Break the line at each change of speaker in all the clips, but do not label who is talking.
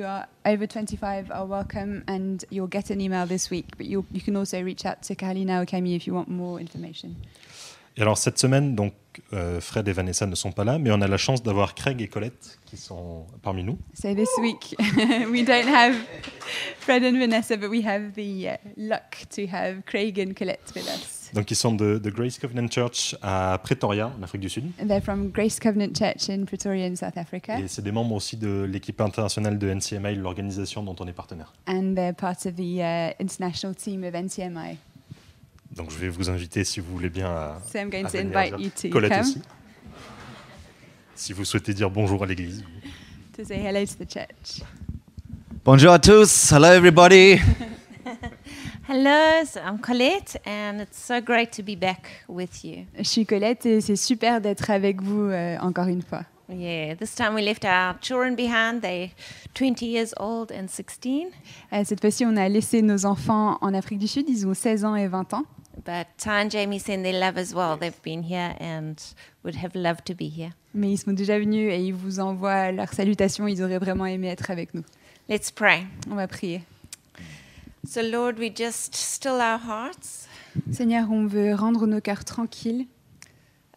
who are over 25 are welcome, and you'll get an email this week. But you you can also reach out to Kahalina or Camille if you want more information.
Et alors cette semaine, donc euh, Fred et Vanessa ne sont pas là, mais on a la chance d'avoir Craig et Colette qui sont parmi nous.
So this week we don't have Fred and Vanessa, but we have the uh, luck to have Craig and Colette with us.
Donc ils sont de, de Grace Covenant Church à Pretoria, en Afrique du Sud.
They're from Grace Covenant Church in Pretoria in South Africa,
Et c'est des membres aussi de l'équipe internationale de NCMI, l'organisation dont on est partenaire.
and they're part of the uh, international team of NCMI.
Donc je vais vous inviter, si vous voulez bien, à,
So I'm going
à
to
venir
invite
vers-
you to
Colette
come
aussi. Si vous souhaitez dire bonjour à l'église.
to say hello to the church.
Bonjour à tous. Hello, everybody.
Hello, so I'm Colette, and it's so great to be back with you.
Je suis Colette et c'est super d'être avec vous euh, encore une fois.
Yeah, this time we left our children behind. They're 20 years old and 16,
Euh, cette fois-ci, on a laissé nos enfants en Afrique du Sud. Ils ont 16 ans et 20 ans.
but Ty and Jamie send their love as well. They've been here and would have loved to be here.
Mais ils sont déjà venus et ils vous envoient leurs salutations. Ils auraient vraiment aimé être avec nous.
Let's pray.
On va prier.
So, Lord, we just still our hearts
Seigneur, on veut rendre nos cœurs tranquilles,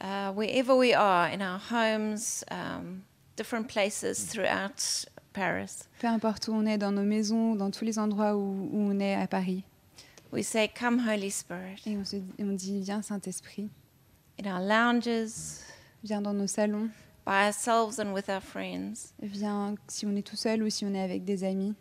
uh, wherever we are in our homes, um, different places throughout Paris.
peu importe où on est, dans nos maisons, dans tous les endroits où, où on est à Paris.
We say, Come, Holy Spirit,
Et on, se- et on dit, viens Saint-Esprit,
in our lounges,
viens dans nos salons,
by ourselves and with our friends.
viens si on est tout seul ou si on est avec des amis.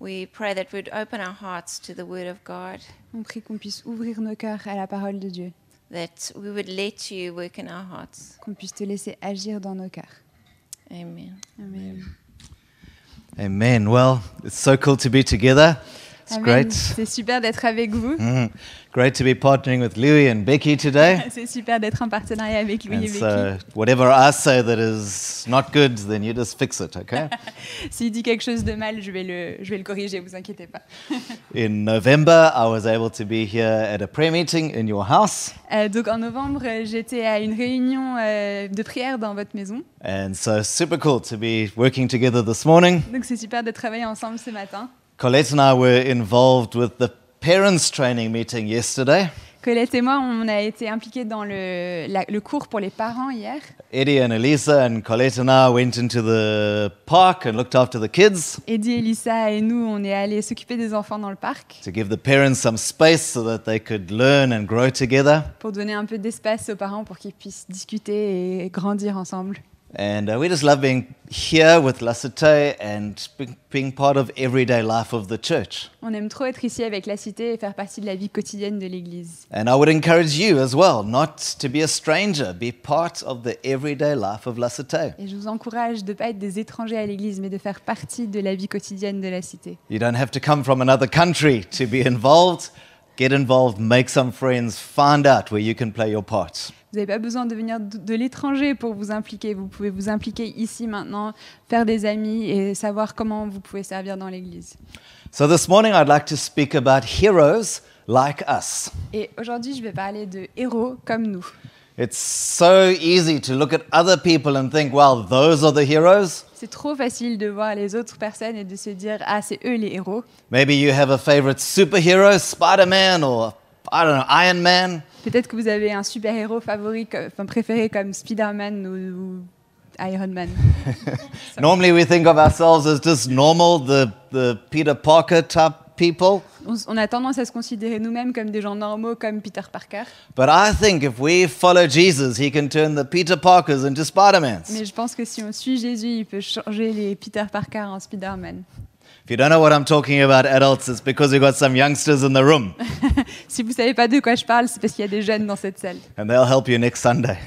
We pray that we'd open our hearts to the Word of God,
On prie qu'on puisse ouvrir nos cœurs à la parole de Dieu,
that we would let you work in our hearts.
qu'on puisse te laisser agir dans nos cœurs.
Amen.
Amen.
Amen. Well, it's so cool to be together. It's
Amen.
great.
C'est super d'être avec vous.
Mm. Great to be partnering with Louis and Becky today.
C'est super d'être en partenariat avec Louis
And
et Becky.
so, whatever I say that is not good, then you just fix it, okay?
S'il dit quelque chose de mal, je vais le, je vais le corriger, vous inquiétez pas.
in November, I was able to be here at a prayer meeting in your house.
Euh, donc en novembre, euh, j'étais à une réunion euh, de prière dans votre maison.
And so, super cool to be working together this morning.
Donc c'est super de travailler ensemble ce matin.
Colette and I were involved with the parents training meeting yesterday.
Colette et moi, on a été impliqués dans le, la- le cours pour les parents hier.
Eddie and Elisa and Colette and I went into the park and looked after the kids
Eddie, Elissa et nous, on est allés s'occuper des enfants dans le parc
to give the parents some space so that they could learn and grow together.
pour donner un peu d'espace aux parents pour qu'ils puissent discuter et grandir ensemble.
And uh, we just love being here with La Cité and be- being part of everyday life of the church.
On aime trop être ici avec la cité et faire partie de la vie quotidienne de l'Église.
And I would encourage you as well not to be a stranger, be part of the everyday life of La Cité.
Et je vous encourage de ne pas être des étrangers à l'Église, mais de faire partie de la vie quotidienne de la cité.
You don't have to come from another country to be involved. Get involved, make some friends, find out where you can play your part.
Vous n'avez pas besoin de venir d- de l'étranger pour vous impliquer. Vous pouvez vous impliquer ici maintenant, faire des amis et savoir comment vous pouvez servir dans l'Église.
So this morning I'd like to speak about heroes like us.
Et aujourd'hui, je vais parler de héros comme nous.
It's so easy to look at other people and think, well, those are the heroes.
C'est trop facile de voir les autres personnes et de se dire ah c'est eux les héros.
Maybe you have a favorite superhero, Spider-Man or I don't know, Iron Man.
Peut-être que vous avez un super héros favori, co- enfin préféré comme Spider-Man ou, ou Iron Man.
Normally we think of ourselves as just normal, the, the Peter Parker type people.
On, s- on a tendance à se considérer nous-mêmes comme des gens normaux comme Peter Parker,
But I think if we follow Jesus, he can turn the Peter Parkers into Spider-Mans.
mais je pense que si on suit Jésus, il peut changer les Peter Parker en Spider-Man.
If you don't know what I'm talking about, adults, it's because we've got some youngsters in the room
Si vous savez pas de quoi je parle, c'est parce qu'il y a des jeunes dans cette salle.
and they'll help you next Sunday.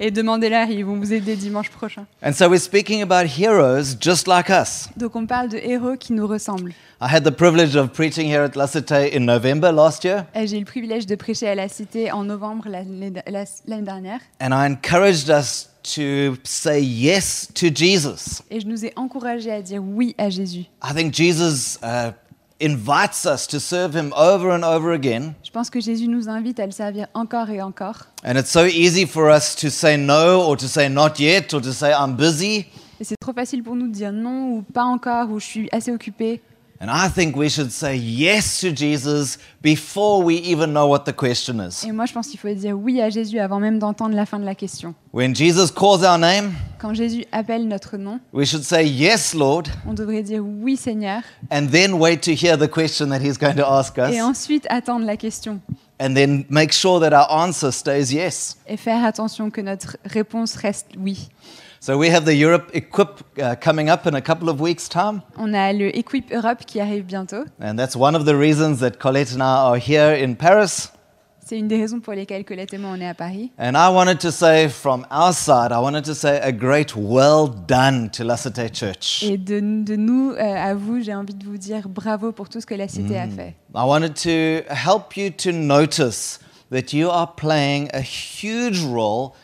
Et demandez-leur, ils vont vous aider dimanche prochain.
And so we're speaking about heroes just like us.
Donc on parle de héros qui nous ressemblent.
I had the privilege of preaching here at La Cité in November last year,
Euh, J'ai eu le privilège de prêcher à la Cité en novembre l'année la- l'année dernière
and I encouraged us to say yes to Jesus.
et je nous ai encouragés à dire oui à Jésus.
I think Jesus uh, invites us to serve him over and over again,
Je pense que Jésus nous invite à le servir encore et encore.
and it's so easy for us to say no or to say not yet or to say I'm busy.
Et c'est trop facile pour nous de dire non ou pas encore ou je suis assez occupé.
And I think we should say yes to Jesus before we even know what the question is.
Et moi, je pense qu'il faut dire oui à Jésus avant même d'entendre la fin de la question.
When Jesus calls our name,
Quand Jésus appelle notre nom,
we should say yes, Lord,
on devrait dire oui Seigneur
and then wait to hear the question that he's going to ask
et
us,
ensuite attendre la question
and then make sure that our answer stays yes.
et faire attention que notre réponse reste oui.
So we have the Europe Equip uh, coming up in a couple of weeks' time,
On a le Equip Europe qui arrive bientôt.
and that's one of the reasons that Colette and I are here in Paris.
C'est une des raisons pour lesquelles Colette et moi on est à Paris.
And I wanted to say from our side, I wanted to say a great well done to La Cité Church.
Et de, de nous euh, à vous, j'ai envie de vous dire bravo pour tout ce que la cité a fait.
I wanted to help you to notice that you are playing a huge role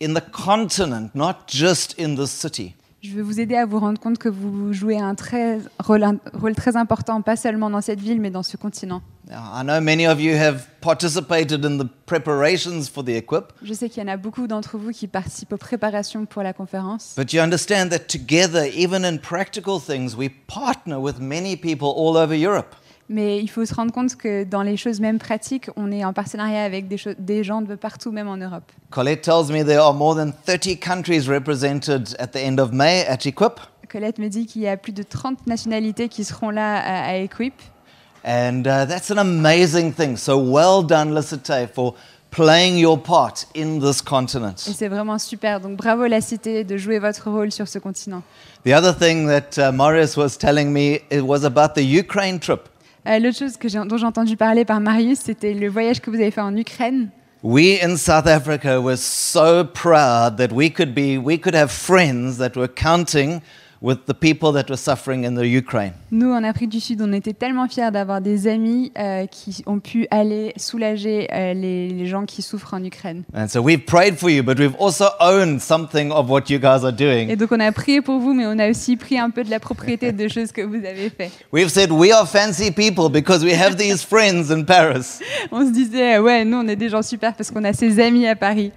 in the continent, not just in the city.
Je veux vous aider à vous rendre compte que vous jouez un très, rôle, un rôle très important, pas seulement dans cette ville, mais dans ce continent.
Now, I know many of you have participated in the preparations for the equip,
Je sais qu'il y en a beaucoup d'entre vous qui participent aux préparations pour la conférence,
but you understand that together, even in practical things, we partner with many people all over Europe.
mais il faut se rendre compte que dans les choses même pratiques, on est en partenariat avec des, cho- des gens de partout, même en Europe.
Colette tells me there are more than 30 countries represented at the end of May at Equip,
Colette me dit qu'il y a plus de 30 nationalités qui seront là à, à Equip.
And uh, that's an amazing thing. So well done, Lisite, for playing your part in this
Et
continent.
c'est vraiment super. Donc bravo la cité de jouer votre rôle sur ce continent.
The other thing that uh, Marius was telling me it was about the Ukraine trip.
Euh, L'autre chose que j'ai- dont j'ai entendu parler par Marius, c'était le voyage que vous avez fait en Ukraine.
We in South Africa were so proud that we could be we could have friends that were counting with the people that were suffering in the Ukraine.
Nous, en Afrique du Sud, on était tellement fiers d'avoir des amis euh, qui ont pu aller soulager euh, les, les gens qui souffrent en Ukraine.
And so we've prayed for you, but we've also owned something of what you guys are doing.
Et donc, on a prié pour vous, mais on a aussi pris un peu de la propriété de choses que vous avez fait.
We've said we are fancy people because we have these friends in Paris.
On se disait, euh, ouais, nous, on est des gens super parce qu'on a ces amis à Paris.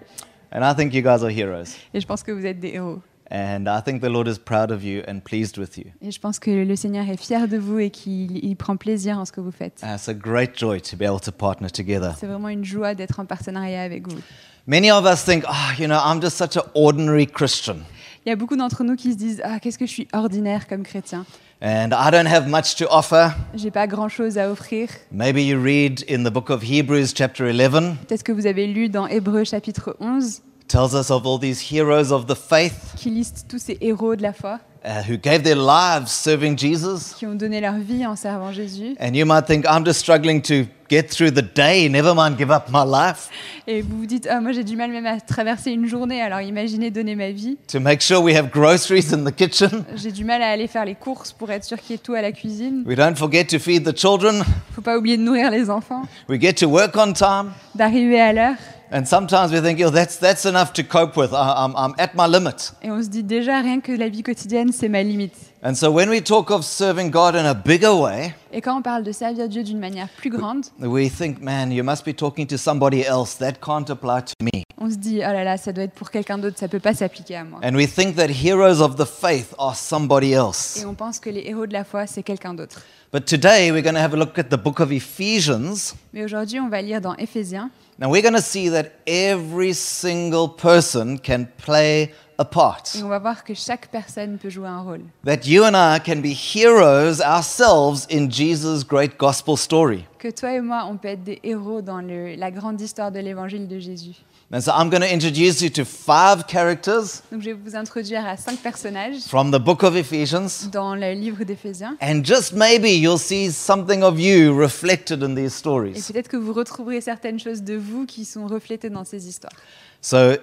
And I think you guys are heroes.
Et je pense que vous êtes des héros.
And I think the Lord is proud of you and pleased with you.
Et je pense que le Seigneur est fier de vous et qu'il il prend plaisir en ce que vous faites.
And Uh, it's a great joy to be able to partner together.
C'est vraiment une joie d'être en partenariat avec vous.
Many of us think, oh, you know, I'm just such an ordinary Christian
Il y a beaucoup d'entre nous qui se disent Ah, qu'est-ce que je suis ordinaire comme chrétien
and I don't have much to offer.
J'ai pas grand-chose à offrir.
Maybe you read in the book of Hebrews, chapter 11,
Peut-être que vous avez lu dans Hébreux chapitre 11
tells us of all these heroes of the faith
qui liste tous ces héros de la foi
uh, who gave their lives serving Jesus.
qui ont donné leur vie en servant Jésus.
And you might think, I'm just struggling to get through the day, never mind give up my life,
Et vous vous dites Ah, moi j'ai du mal même à traverser une journée, alors imaginez donner ma vie.
to make sure we have groceries in the kitchen.
J'ai du mal à aller faire les courses pour être sûr qu'il y ait tout à la cuisine.
We don't forget to feed the children.
Faut pas oublier de nourrir les enfants,
We get to work on time.
d'arriver à l'heure.
And sometimes we think, oh, that's, that's enough to cope with. I, I'm, I'm at my limit.
Et on se dit déjà rien que la vie quotidienne, c'est ma limite.
And so when we talk of serving God in a bigger way,
Et quand on parle de servir Dieu d'une manière plus grande,
we think, man, you must be talking to somebody else. That can't apply to me.
on se dit oh là là, ça doit être pour quelqu'un d'autre, ça peut pas s'appliquer à moi.
And we think that heroes of the faith are somebody
Et
else.
on pense que les héros de la foi, c'est quelqu'un d'autre.
But today we're going to have a look at the book of Ephesians.
Mais aujourd'hui, on va lire dans Éphésiens
Now we're going to see that every single person can play a part.
et on va voir que chaque personne peut jouer un rôle.
That you and I can be heroes ourselves in Jesus' great gospel story.
Que toi et moi, on peut être des héros dans le- la grande histoire de l'évangile de Jésus.
And so I'm going to introduce you to five characters
Donc je vais vous introduire à cinq personnages
from the book of Ephesians.
dans le livre d'Éphésiens.
And just maybe you'll see something of you reflected in these
Et
stories.
peut-être que vous retrouverez certaines choses de vous qui sont reflétées dans ces histoires.
So,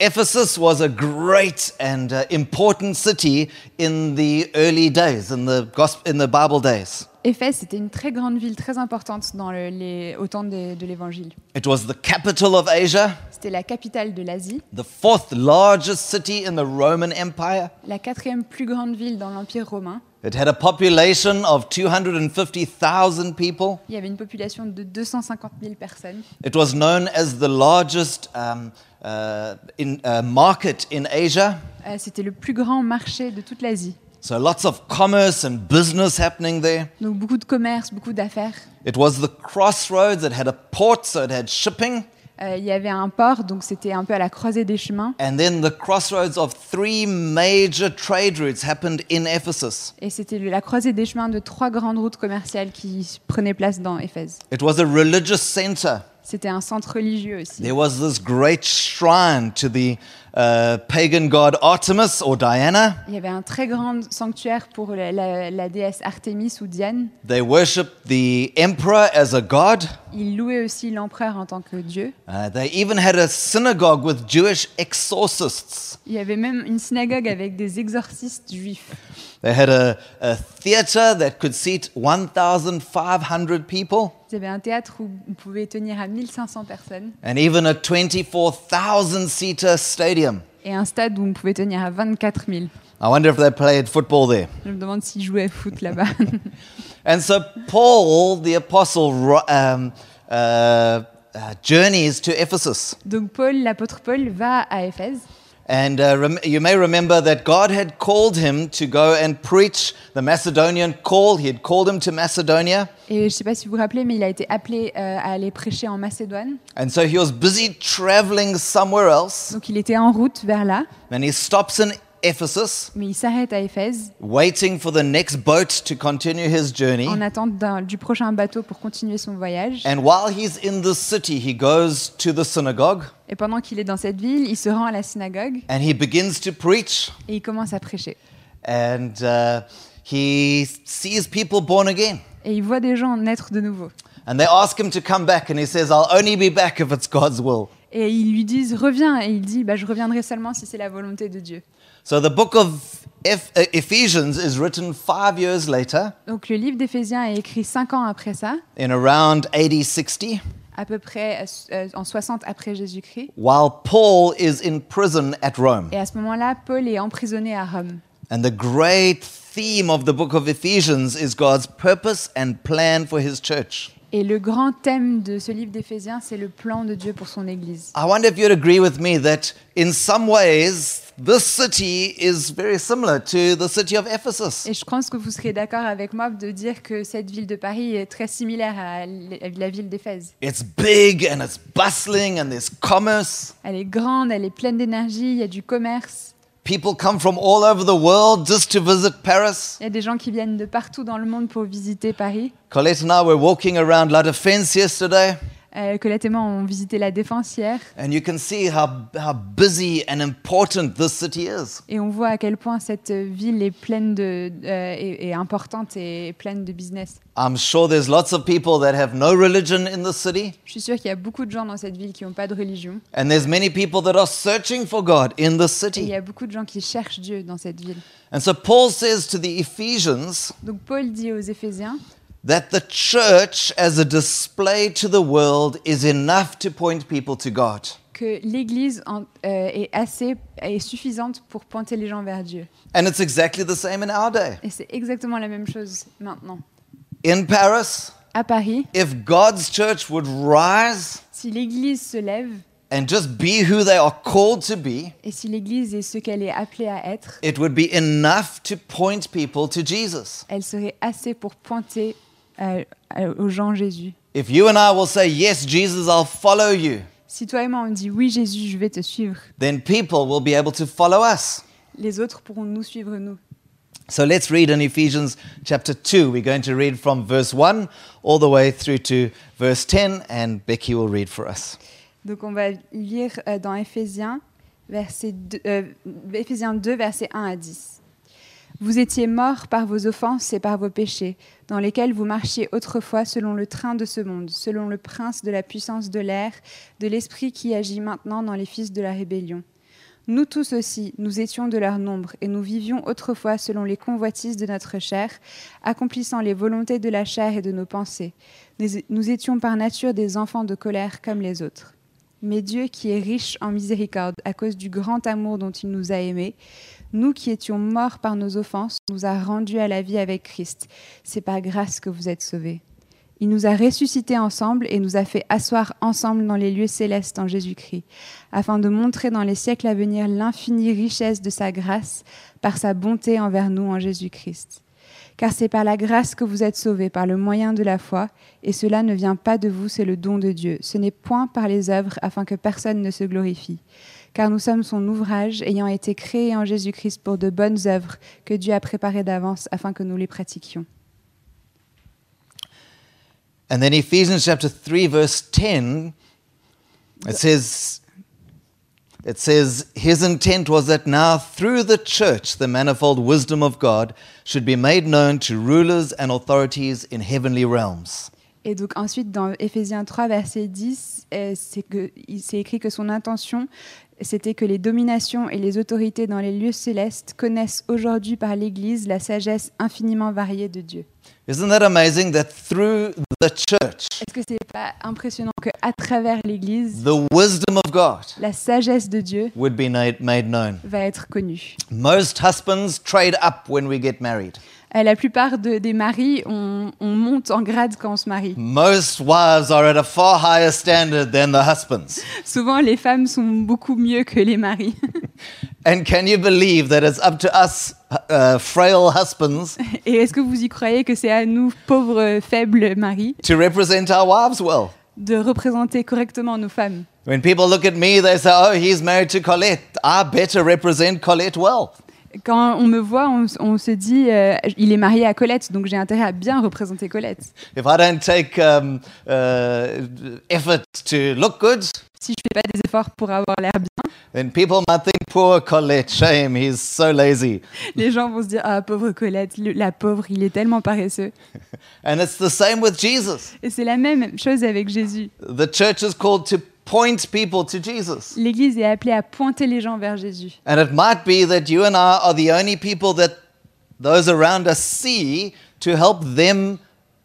Ephesus was a great and uh, important city in the early days, in the, gospel, in the Bible days.
Éphèse, c'était une très grande ville, très importante dans le- les, au temps des- de l'évangile.
It was the capital of Asia,
C'était la capitale de l'Asie,
the fourth largest city in the Roman Empire.
la quatrième plus grande ville dans l'Empire romain.
It had a population of 250,000 people.
Il y avait une population de 250 000 personnes.
It was known as the largest um, uh, in, uh, market in Asia.
Euh, C'était le plus grand marché de toute l'Asie.
So lots of commerce and business happening there.
Donc beaucoup de commerce, beaucoup d'affaires.
It was the crossroads. It had a port, so it had shipping.
Euh, il y avait un port, donc c'était un peu à la croisée des chemins.
And then the crossroads of three major trade routes happened in Ephesus.
Et c'était la croisée des chemins de trois grandes routes commerciales qui prenaient place dans Éphèse.
It was a religious center.
C'était un centre religieux aussi.
There was this great shrine to the uh, pagan god Artemis or Diana.
Il y avait un très grand sanctuaire pour la, la- la déesse Artémis ou Diane.
They worshipped the emperor as a god.
Ils louaient aussi l'empereur en tant que dieu.
Uh, they even had a synagogue with Jewish exorcists.
Il y avait même une synagogue avec des exorcistes juifs.
They had a, a theater that could seat 1,500 people
Il y avait un théâtre où on pouvait tenir à 1500 personnes
and even a 24,000 seater stadium.
et un stade où on pouvait tenir à 24 000.
I wonder if they played football there.
Je me demande s'ils jouaient au foot là-bas.
And so Paul, the apostle, ro- um, uh, uh, journeys to Ephesus.
Donc Paul, l'apôtre Paul, va à Éphèse.
And uh, rem- you may remember that God had called him to go and preach the Macedonian call. He had called him to Macedonia.
Et je ne sais pas si vous vous rappelez, mais il a été appelé euh, à aller prêcher en Macédoine.
And so he was busy traveling somewhere else.
Donc il était en route vers là,
And he stops in Ephesus,
mais il s'arrête à Éphèse
waiting for the next boat to continue his
en
journey.
attente d'un- du prochain bateau pour continuer son voyage.
And while he's in the city, he goes to the synagogue
Et pendant qu'il est dans cette ville, il se rend à la synagogue
and he begins to preach.
et il commence à prêcher.
And uh, he sees people born again.
Et il voit des gens naître de nouveau.
And they ask him to come back. And he says, I'll only be back if it's God's will.
Et ils lui disent reviens. Et il dit bah, je reviendrai seulement si c'est la volonté de Dieu.
So the book of Eph- uh, Ephesians is written five years later,
Donc le livre d'Éphésiens est écrit cinq ans après ça,
in around AD 60,
à peu près euh, en 60 après Jésus-Christ.
while Paul is in prison at Rome.
Et à ce moment-là, Paul est emprisonné à Rome.
And the great theme of the book of Ephesians is God's purpose and plan for his church.
Et le grand thème de ce livre d'Éphésiens, c'est le plan de Dieu pour son Église.
I wonder if you'd agree with me that in some ways, this city is very similar to the city of Ephesus.
Et je pense que vous serez d'accord avec moi de dire que cette ville de Paris est très similaire à l- à la ville d'Éphèse.
It's big and it's bustling and there's commerce.
Elle est grande, elle est pleine d'énergie, il y a du commerce,
People come from all over the world just to visit Paris.
il y a des gens qui viennent de partout dans le monde pour visiter Paris.
Colette and I were walking around La Défense yesterday,
Euh, Colette et moi, on visitait la Défense hier
and you can see how, how busy and important this city is.
et on voit à quel point cette ville est pleine de, euh, est- est importante et pleine de business.
I'm sure there's lots of people that have no religion in the city,
Je suis sûre qu'il y a beaucoup de gens dans cette ville qui n'ont pas de religion.
and there's many people that are searching for God in
Et il
the
y
city.
a beaucoup de gens qui cherchent Dieu dans cette ville.
And so Paul says to the Ephesians
Donc Paul dit aux Éphésiens,
that the church as a display to the world is enough to point people to God.
que l'Église en- euh, est assez est suffisante pour pointer les gens vers Dieu.
And it's exactly the same in our day.
Et c'est exactement la même chose maintenant.
In Paris,
À Paris,
if God's church would rise
si l'Église se lève
and just be who they are called to be,
et si l'Église est ce qu'elle est appelée à être,
it would be enough to point people to Jesus.
elle serait assez pour pointer euh, euh, aux gens Jésus.
If you and I will say, Yes, Jesus, I'll follow you,
Si toi et moi on dit oui Jésus, je vais te suivre,
then people will be able to follow us.
les autres pourront nous suivre nous.
So let's read in Ephesians chapter 2. We're going to read from verse 1 all the way through to verse 10, and Becky will read for us.
Donc on va lire euh, dans Ephésiens, verset deux- euh, Ephésiens 2, versets 1 à 10. Vous étiez morts par vos offenses et par vos péchés, dans lesquels vous marchiez autrefois selon le train de ce monde, selon le prince de la puissance de l'air, de l'esprit qui agit maintenant dans les fils de la rébellion. Nous tous aussi, nous étions de leur nombre, et nous vivions autrefois selon les convoitises de notre chair, accomplissant les volontés de la chair et de nos pensées. Nous- Nous étions par nature des enfants de colère comme les autres. Mais Dieu qui est riche en miséricorde à cause du grand amour dont il nous a aimés, nous qui étions morts par nos offenses, nous a rendus à la vie avec Christ. C'est par grâce que vous êtes sauvés. Il nous a ressuscités ensemble et nous a fait asseoir ensemble dans les lieux célestes en Jésus-Christ, afin de montrer dans les siècles à venir l'infinie richesse de sa grâce par sa bonté envers nous en Jésus-Christ. Car c'est par la grâce que vous êtes sauvés, par le moyen de la foi, et cela ne vient pas de vous, c'est le don de Dieu. Ce n'est point par les œuvres, afin que personne ne se glorifie. Car nous sommes son ouvrage, ayant été créés en Jésus-Christ pour de bonnes œuvres que Dieu a préparées d'avance afin que nous les pratiquions.
And then Ephesians chapter 3 verse 10 it says it says his intent was that now through the church the manifold wisdom of God should be made known to rulers and authorities in heavenly realms.
Et donc ensuite, dans Éphésiens 3, verset 10, euh, c'est que- il s'est écrit que son intention, c'était que les dominations et les autorités dans les lieux célestes connaissent aujourd'hui par l'Église la sagesse infiniment variée de Dieu.
Isn't that amazing that through the church
Est-ce que c'est pas impressionnant que à travers l'Église,
the wisdom of God
la sagesse de Dieu
would be na- made known?
va être connue
Most husbands trade up when we get married.
Euh, La plupart de- des maris, on, on monte en grade quand on se marie.
Most wives are at a far higher standard than the husbands.
Souvent, les femmes sont beaucoup mieux que les maris.
And can you believe that it's up to us, uh, frail husbands,
Et est-ce que vous y croyez que c'est à nous, pauvres, faibles maris,
to represent our wives well?
de représenter correctement nos femmes
When people look at me, they say, oh, he's married to Colette. I better represent Colette well.
Quand on me voit, on, s- on se dit, euh, il est marié à Colette, donc j'ai intérêt à bien représenter Colette.
If I don't take um, uh, effort to look good,
Si je fais pas des efforts pour avoir l'air bien,
then people might think, poor Colette, shame, he's so lazy.
les gens vont se dire, ah pauvre Colette, le- la pauvre, il est tellement paresseux.
And it's the same with Jesus.
Et c'est la même chose avec Jésus.
The church is called to point people to Jesus.
L'Église est appelée à pointer les gens vers Jésus.
And it might be that you and I are the only people that those around us see to help them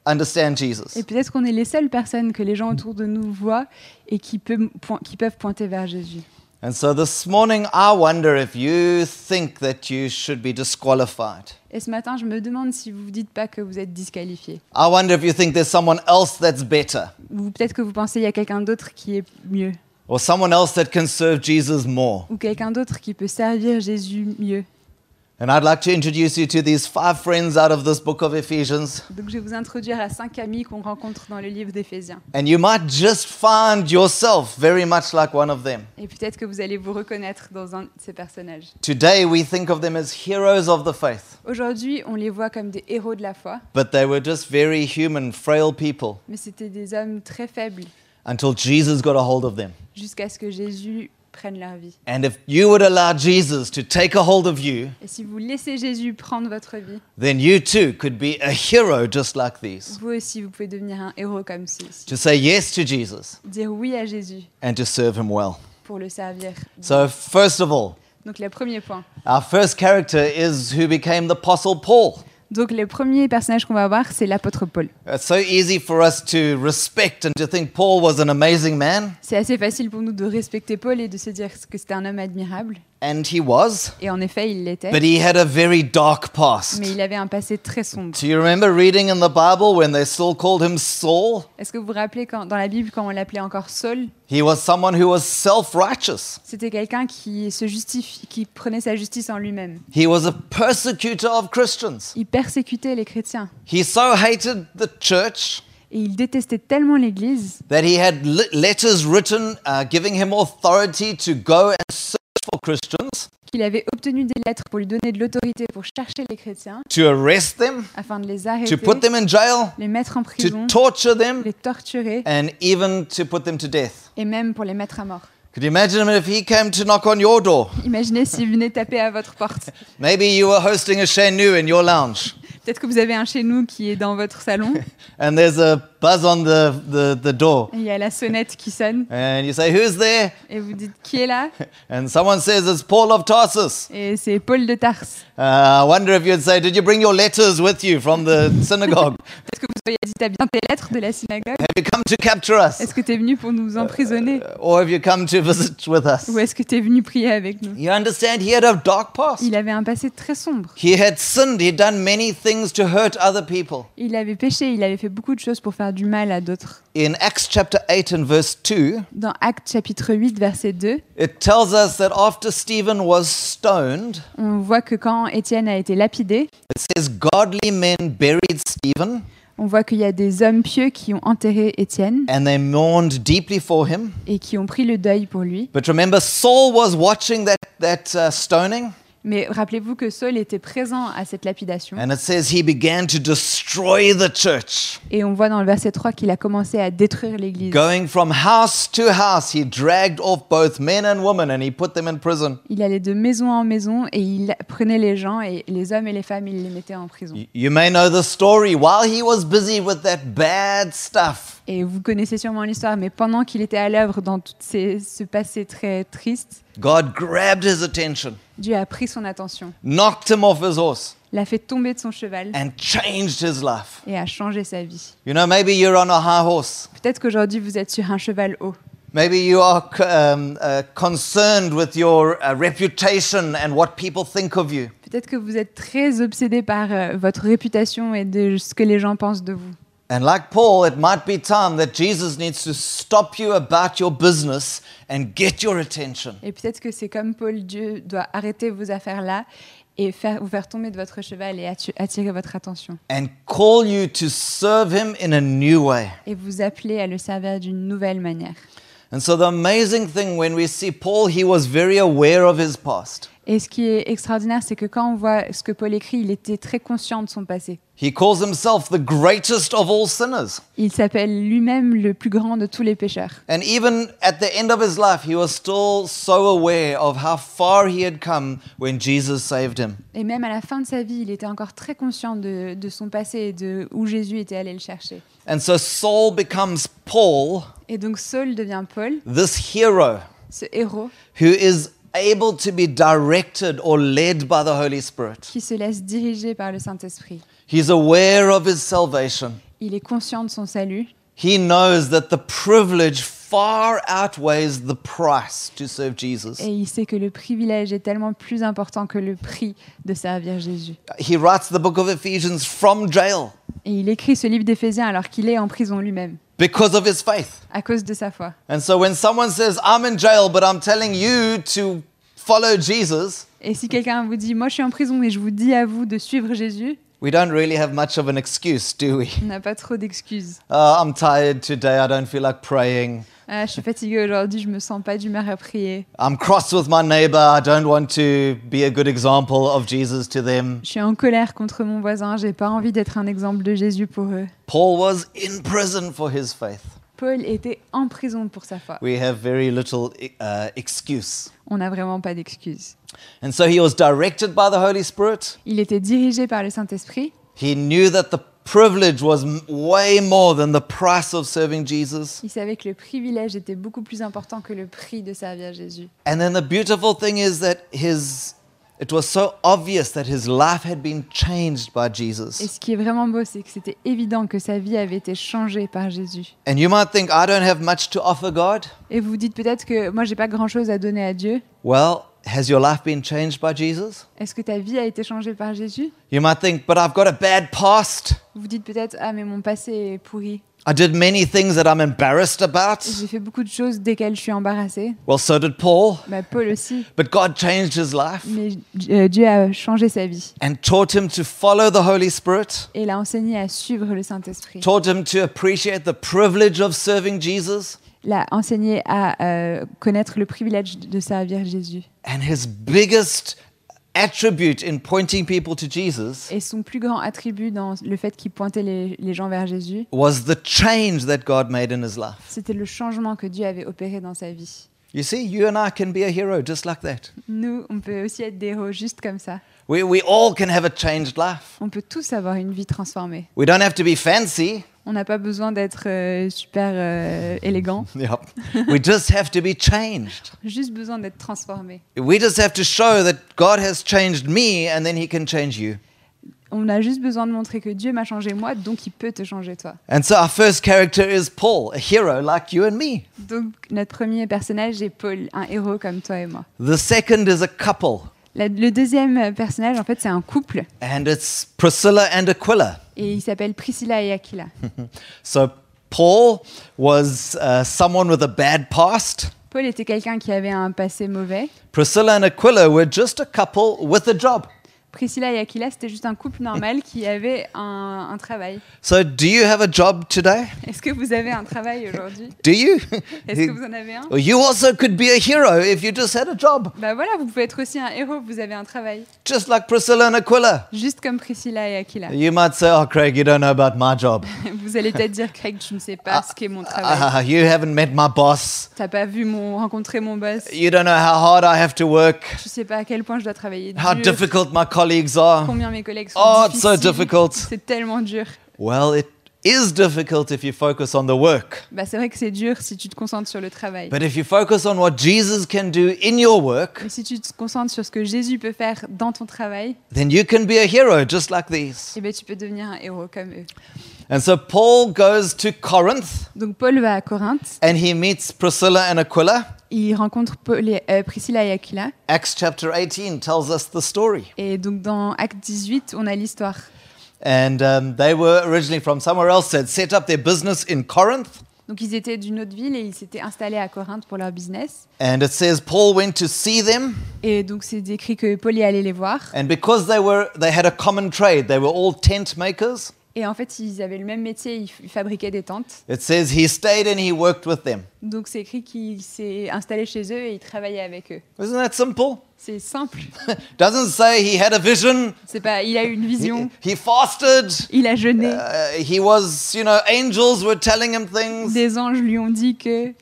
understand Jesus.
Et peut-être qu'on est les seules personnes que les gens autour de nous voient et qui, peut- point- qui peuvent pointer vers Jésus.
And so this morning, I wonder if you think that you should be disqualified.
Et ce matin, je me demande si vous ne vous dites pas que vous êtes disqualifié.
I wonder if you think there's someone else that's better
Ou peut-être que vous pensez il y a quelqu'un d'autre qui est mieux.
or someone else that can serve Jesus more.
Ou quelqu'un d'autre qui peut servir Jésus mieux.
And I'd like to introduce you to these five friends out of this book of Ephesians.
Donc je vais vous introduire à cinq amis qu'on rencontre dans le livre d'Éphésiens.
And you might just find yourself very much like one of them.
Et peut-être que vous allez vous reconnaître dans un de ces personnages.
Today, we think of them as heroes of the faith.
Aujourd'hui, on les voit comme des héros de la foi,
But they were just very human, frail people
mais c'était des hommes très faibles
until Jesus got a hold of them.
jusqu'à ce que Jésus prenne leur vie.
And if you would allow Jesus to take a hold of you,
Et si vous laissez Jésus prendre votre vie,
then you too could be a hero just like these.
vous aussi, vous pouvez devenir un héros comme ceci.
To say yes to Jesus
Dire oui à Jésus
and to serve him well.
pour le servir.
So, first of all,
Donc le premier point.
our first character is who became the Apostle Paul.
Donc le premier personnage qu'on va voir, c'est l'apôtre Paul.
It's so easy for us to respect and to think Paul was an amazing man,
C'est assez facile pour nous de respecter Paul et de se dire que c'était un homme admirable.
and he was,
Et en effet, il l'était.
but he had a very dark
Mais
past.
il avait un passé très sombre.
Do you remember reading in the Bible when they still called him Saul?
Est-ce que vous vous rappelez quand, dans la Bible, quand on l'appelait encore Saul,
He was someone who was self righteous.
c'était quelqu'un qui se justifie, qui prenait sa justice en lui-même.
He was a persecutor of Christians.
Il persécutait les chrétiens
He so hated the church
et il détestait tellement l'Église
that he had li- letters written uh, giving him authority to go and search for Christians,
qu'il avait obtenu des lettres pour lui donner de l'autorité pour chercher les chrétiens
to arrest them,
afin de les
to
arrêter,
put them in jail,
les mettre en
to
prison,
torture them,
les torturer
and even to put them to death.
et même pour les mettre à mort.
Could you imagine him if he came to knock on your door?
Imaginez s'il venait taper à votre porte.
Maybe you were hosting a Shanu in your lounge,
Peut-être que vous avez un chez nous qui est dans votre salon
and there's a buzz on the, the, the door,
et il y a la sonnette qui sonne
and you say, Who's there?
et vous dites qui est là
And someone says it's Paul of Tarsus.
et c'est Paul de Tarse.
Uh, I wonder if you'd say, Did you bring your letters with you from the synagogue?
Est-ce que vous auriez dit t'as bien tes lettres de la synagogue
Have you come to capture us?
Est-ce que t'es venu pour nous emprisonner
Or have you come to visit with us?
ou est-ce que t'es venu prier avec nous
You understand, he had a dark past.
Il avait un passé très sombre.
He had sinned. He'd done many things things to hurt other people.
Il avait péché, il avait fait beaucoup de choses pour faire du mal à d'autres.
In Acts chapter 8 and verse 2,
Dans Actes chapitre 8, verset 2,
it tells us that after Stephen was stoned,
on voit que quand Étienne a été lapidé,
it says godly men buried Stephen
on voit qu'il y a des hommes pieux qui ont enterré Étienne
and they mourned deeply for him.
et qui ont pris le deuil pour lui.
But remember, Saul was watching that, that uh, stoning,
Mais rappelez-vous que Saul était présent à cette lapidation
Mm-hmm. and it says he began to destroy the church.
et on voit dans le verset 3 qu'il a commencé à détruire l'église.
Going from house to house, he dragged off both men and women and he put them in prison.
Il allait de maison en maison et il prenait les gens et les hommes et les femmes, il les mettait en prison.
Y- You may know the story. While he was busy with that bad stuff,
Et vous connaissez sûrement l'histoire, mais pendant qu'il était à l'œuvre dans tout ces, ce passé très triste,
God grabbed his attention,
Dieu a pris son attention,
knocked him off his horse,
l'a fait tomber de son cheval
and changed his life.
et a changé sa vie.
You know, maybe you're on a high horse.
Peut-être qu'aujourd'hui vous êtes sur un cheval haut.
Maybe you are c- um, uh, concerned with your uh, reputation and what people think of you.
Peut-être que vous êtes très obsédé par euh, votre réputation et de ce que les gens pensent de vous.
And like Paul, it might be time that Jesus needs to stop you about your business and get your attention.
Et peut-être que c'est comme Paul, Dieu doit arrêter vos affaires là et faire, vous faire tomber de votre cheval et attu- attirer votre attention.
and call you to serve him in a new way.
Et vous appeler à le servir d'une nouvelle manière.
And so the amazing thing when we see Paul, he was very aware of his past.
Et ce qui est extraordinaire, c'est que quand on voit ce que Paul écrit, il était très conscient de son passé.
He calls himself the greatest of all sinners.
Il s'appelle lui-même le plus grand de tous les pécheurs.
And even at the end of his life, he was still so aware of how far he had come when Jesus saved him.
Et même à la fin de sa vie, il était encore très conscient de, de son passé et de où Jésus était allé le chercher.
And so Saul becomes Paul,
Et donc Saul devient Paul,
this hero
ce héros
who is able to be directed or led by the Holy Spirit.
qui se laisse diriger par le Saint-Esprit.
He's aware of his salvation.
Il est conscient de son salut
He knows that the privilege far outweighs the price to serve Jesus.
et il sait que le privilège est tellement plus important que le prix de servir Jésus.
He writes the book of Ephesians from jail
Et il écrit ce livre d'Éphésiens alors qu'il est en prison lui-même,
because of his faith.
à cause de sa foi.
And so when someone says, I'm in jail, but I'm telling you to follow Jesus,
Et si quelqu'un vous dit, moi je suis en prison et je vous dis à vous de suivre Jésus,
we don't really have much of an excuse, do we?
on n'a pas trop d'excuses.
Uh, I'm tired today. I don't feel like praying.
Ah, je suis fatiguée aujourd'hui, je me sens pas d'humeur à prier.
I'm cross with my neighbor. I don't want to be a good example of Jesus to them.
Je suis en colère contre mon voisin, j'ai pas envie d'être un exemple de Jésus pour eux.
Paul was in prison for his faith.
Paul était en prison pour sa foi.
We have very little uh, excuse.
On n'a vraiment pas d'excuses.
And so he was directed by the Holy Spirit.
Il était dirigé par le Saint-Esprit
He knew that the privilege was m- way more than the price of serving Jesus.
Il savait que le privilège était beaucoup plus important que le prix de servir Jésus.
And then the beautiful thing is that his it was so obvious that his life had been changed by
Et
Jesus.
ce qui est vraiment beau, c'est que c'était évident que sa vie avait été changée par Jésus.
And you might think I don't have much to offer God.
Et vous vous dites peut-être que moi, j'ai pas grand-chose à donner à Dieu.
Well, has your life been changed by Jesus?
Est-ce que ta vie a été changée par Jésus
You might think, but I've got a bad past.
Vous vous dites peut-être ah mais mon passé est pourri.
I did many things that I'm embarrassed about.
J'ai fait beaucoup de choses desquelles je suis embarrassée.
Well, so did Paul.
Bah, Paul aussi.
But God changed his life
Mais euh, Dieu a changé sa vie
and taught him to follow the Holy Spirit.
et l'a enseigné à suivre le Saint-Esprit.
taught him to appreciate the privilege of serving Jesus.
L'a enseigné à euh, connaître le privilège de servir Jésus.
And his biggest attribute in pointing people to Jesus
Et son plus grand attribut dans le fait qu'il pointait les, les gens vers Jésus,
was the change that God made in his life.
c'était le changement que Dieu avait opéré dans sa vie.
You see, you and I can be a hero just like that.
Nous, on peut aussi être des héros juste comme ça.
We, we all can have a changed life.
On peut tous avoir une vie transformée.
We don't have to be fancy.
On n'a pas besoin d'être euh, super euh, élégant,
Yep. we just have to be changed.
juste besoin d'être transformé.
We just have to show that God has changed me and then he can change you.
On a juste besoin de montrer que Dieu m'a changé moi, donc il peut te changer toi.
And so our first character is Paul, a hero like you and me.
Donc notre premier personnage est Paul, un héros comme toi et moi.
The second is a couple,
La- le deuxième personnage, en fait, c'est un couple
and it's Priscilla and Aquila.
et il s'appelle Priscilla et Aquila.
So Paul was uh, someone with a bad past.
Paul était quelqu'un qui avait un passé mauvais.
Priscilla and Aquila were just a couple with a job.
Priscilla et Aquila, c'était juste un couple normal qui avait un, un travail.
So do you have a job today?
Est-ce que vous avez un travail aujourd'hui
Do you?
Est-ce que vous en avez un
Well, you also could be a hero if you just had a job,
Bah voilà, vous pouvez être aussi un héros, vous avez un travail.
just like Priscilla and Aquila.
Juste comme Priscilla et Aquila.
You might say, "Oh, Craig, you don't know about my job.
Vous allez peut-être dire, Craig, je ne sais pas ce qu'est mon travail.
Ah, you haven't met my boss.
T'as pas vu mon rencontrer mon boss.
You don't know how hard I have to work.
Tu sais pas à quel point je dois travailler
How
dur,
difficult my colleagues are."
combien mes collègues sont
Ah, Oh, it's so
difficiles.
difficult.
C'est tellement dur.
Well, it is difficult if you focus on the work.
Bah c'est vrai que c'est dur si tu te concentres sur le travail.
But if you focus on what Jesus can do in your work,
Mais si tu te concentres sur ce que Jésus peut faire dans ton travail,
then you can be a hero just like these.
eh ben, tu peux devenir un héros comme eux.
And so Paul goes to Corinth
Donc Paul va à Corinthe,
and he meets Priscilla and Aquila.
il rencontre Paul et- euh, Priscilla et Aquila,
Acts chapter 18 tells us the story.
et donc dans Acte 18, on a l'histoire.
And um, they were originally from somewhere else, they'd set up their business in Corinth.
Donc ils étaient d'une autre ville et ils s'étaient installés à Corinthe pour leur business.
And it says Paul went to see them.
Et donc c'est écrit que Paul est allé les voir.
And because they, were, they had a common trade, they were all tent makers.
Et en fait, ils avaient le même métier, ils f- ils fabriquaient des tentes.
It says he stayed and he worked with them.
Donc c'est écrit qu'il s'est installé chez eux et il travaillait avec eux.
Isn't that simple?
C'est simple.
Doesn't say he had a vision.
C'est pas, il a eu une
He,
vision,
he fasted.
il a jeûné.
Uh, he was, you know, angels were telling him things.
Des anges lui ont dit que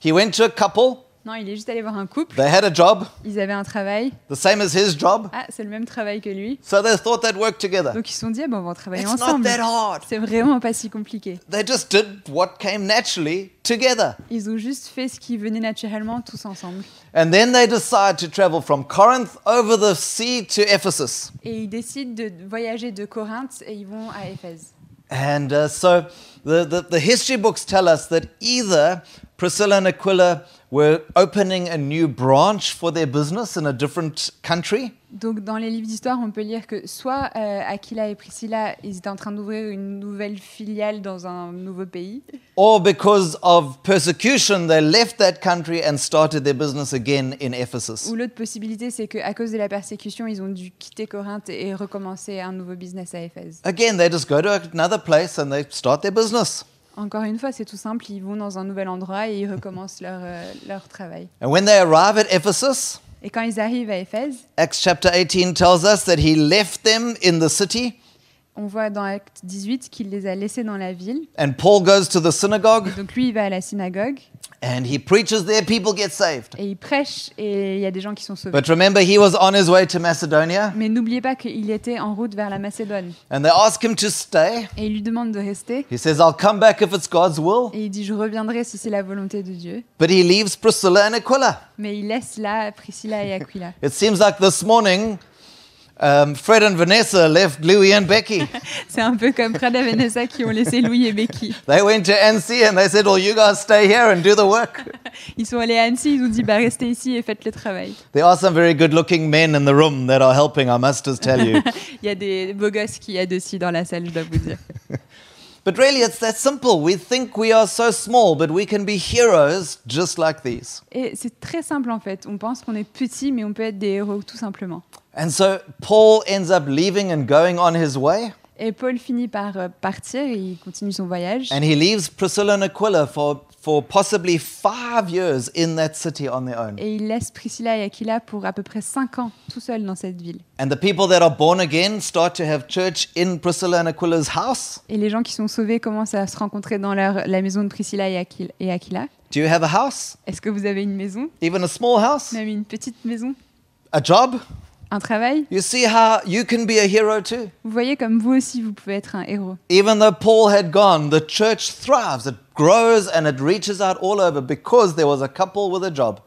He went to a couple.
non, il est juste allé voir un couple.
They had a job,
Ils avaient un travail.
the same as his job.
Ah, c'est le même travail que lui.
So they thought they'd work together.
Donc ils se sont dit, ah, bon, on va travailler
It's not
ensemble.
that hard.
C'est vraiment pas si compliqué.
They just did what came naturally together.
Ils ont juste fait ce qui venait naturellement tous ensemble.
And then they decide to travel from Corinth over the sea to Ephesus.
Et ils décident de voyager de Corinthe et ils vont à Éphèse.
And uh, so the, the, the history books tell us that either Priscilla and Aquila were opening a new branch for their business in a different country,
Donc dans les livres d'histoire, on peut lire que soit euh, Aquila et Priscilla, ils étaient en train d'ouvrir une nouvelle filiale dans un nouveau pays,
or because of persecution, they left that country and started their business again in Ephesus.
ou l'autre possibilité, c'est qu'à cause de la persécution, ils ont dû quitter Corinthe et recommencer un nouveau business à Éphèse.
Again, they just go to another place and they start their business.
Encore une fois, c'est tout simple, ils vont dans un nouvel endroit et ils recommencent leur, euh, leur travail.
And when they arrive at Ephesus,
Et quand ils arrivent à Éphèse,
Acts chapter 18 tells us that he left them in the city,
on voit dans Acte 18 qu'il les a laissés dans la ville.
and Paul goes to the synagogue
Donc lui, il va à la synagogue
and he preaches there, people get saved.
et il prêche et il y a des gens qui sont sauvés.
But remember, he was on his way to Macedonia,
Mais n'oubliez pas qu'il était en route vers la Macédoine.
and they ask him to stay.
Et il lui demande de rester.
He says, I'll come back if it's God's will.
Et il dit, je reviendrai si c'est la volonté de Dieu.
But he leaves Priscilla and Aquila.
Mais il laisse là Priscilla et Aquila.
It seems like this morning, um, Fred and Vanessa left Louis and Becky.
C'est un peu comme Prada et Vanessa qui ont laissé Louis et Becky.
they went to NC and they said, Well, you guys stay here and do the work.
Ils sont allés à Annecy, ils ont dit, bah restez ici et faites le travail.
There are some very good looking men in the room that are helping, I must just tell you.
Il y a des beaux gosses qui aident aussi dans la salle, je dois vous dire.
but really, it's that simple. We think we are so small, but we can be heroes just like these.
Et c'est très simple en fait. On pense qu'on est petit, mais on peut être des héros tout simplement.
And so Paul ends up leaving and going on his way.
Et Paul finit par euh, partir, il continue son voyage.
And he leaves Priscilla and Aquila for, for possibly five years in that city on their own.
Et il laisse Priscilla et Aquila pour à peu près 5 ans tout seul dans cette ville.
And the people that are born again start to have church in Priscilla and Aquila's house.
Et les gens qui sont sauvés commencent à se rencontrer dans leur, la maison de Priscilla et Aquil- et Aquila.
Do you have a house?
Est-ce que vous avez une maison
Even a small house?
Même une petite maison
A job?
Un travail
You see how you can be a hero too.
Vous voyez comme vous aussi, vous pouvez être un héros.
Even though Paul had gone, the church thrives, it grows, and it reaches out all over because there was a couple with a job.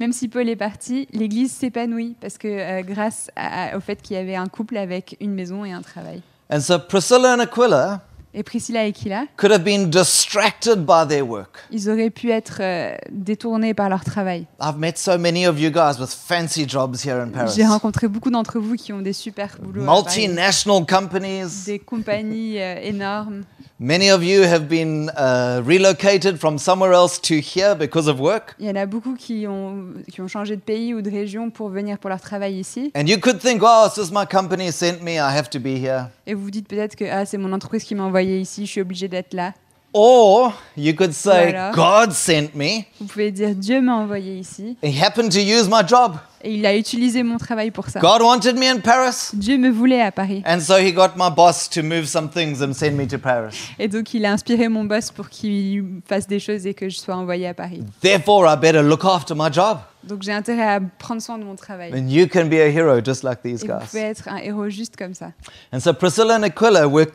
Même si Paul est parti, l'Église s'épanouit parce que euh, grâce à- à- au fait qu'il y avait un couple avec une maison et un travail.
And so Priscilla and Aquila
et Priscilla et Aquila,
could have been distracted by their work.
ils auraient pu être euh, détournés par leur travail.
I've met so many of you guys with fancy jobs here in Paris.
J'ai rencontré beaucoup d'entre vous qui ont des super boulots, à Paris,
Multinational companies.
des compagnies euh, énormes.
Many of you have been uh, relocated from somewhere else to here because of work.
Il y en a beaucoup qui ont, qui ont changé de pays ou de région pour venir pour leur travail ici.
And you could think, oh, this is my company sent me, I have to be here.
Et vous vous dites peut-être que ah, c'est mon entreprise qui m'a envoyé ici, je suis obligé d'être là.
Or you could say,
Voilà.
God sent me,
Vous pouvez dire Dieu m'a envoyé ici
He happened to use my job.
et il a utilisé mon travail pour ça.
God wanted me in Paris.
Dieu me voulait à Paris.
And so he got my boss to move some things and send me to Paris.
Et donc il a inspiré mon boss pour qu'il fasse des choses et que je sois envoyée à Paris.
Therefore, I better look after my job.
Donc j'ai intérêt à prendre soin de mon travail.
And you can be a hero just like these
Et vous
guys.
pouvez être un héros juste comme ça.
And so Priscilla and Aquila were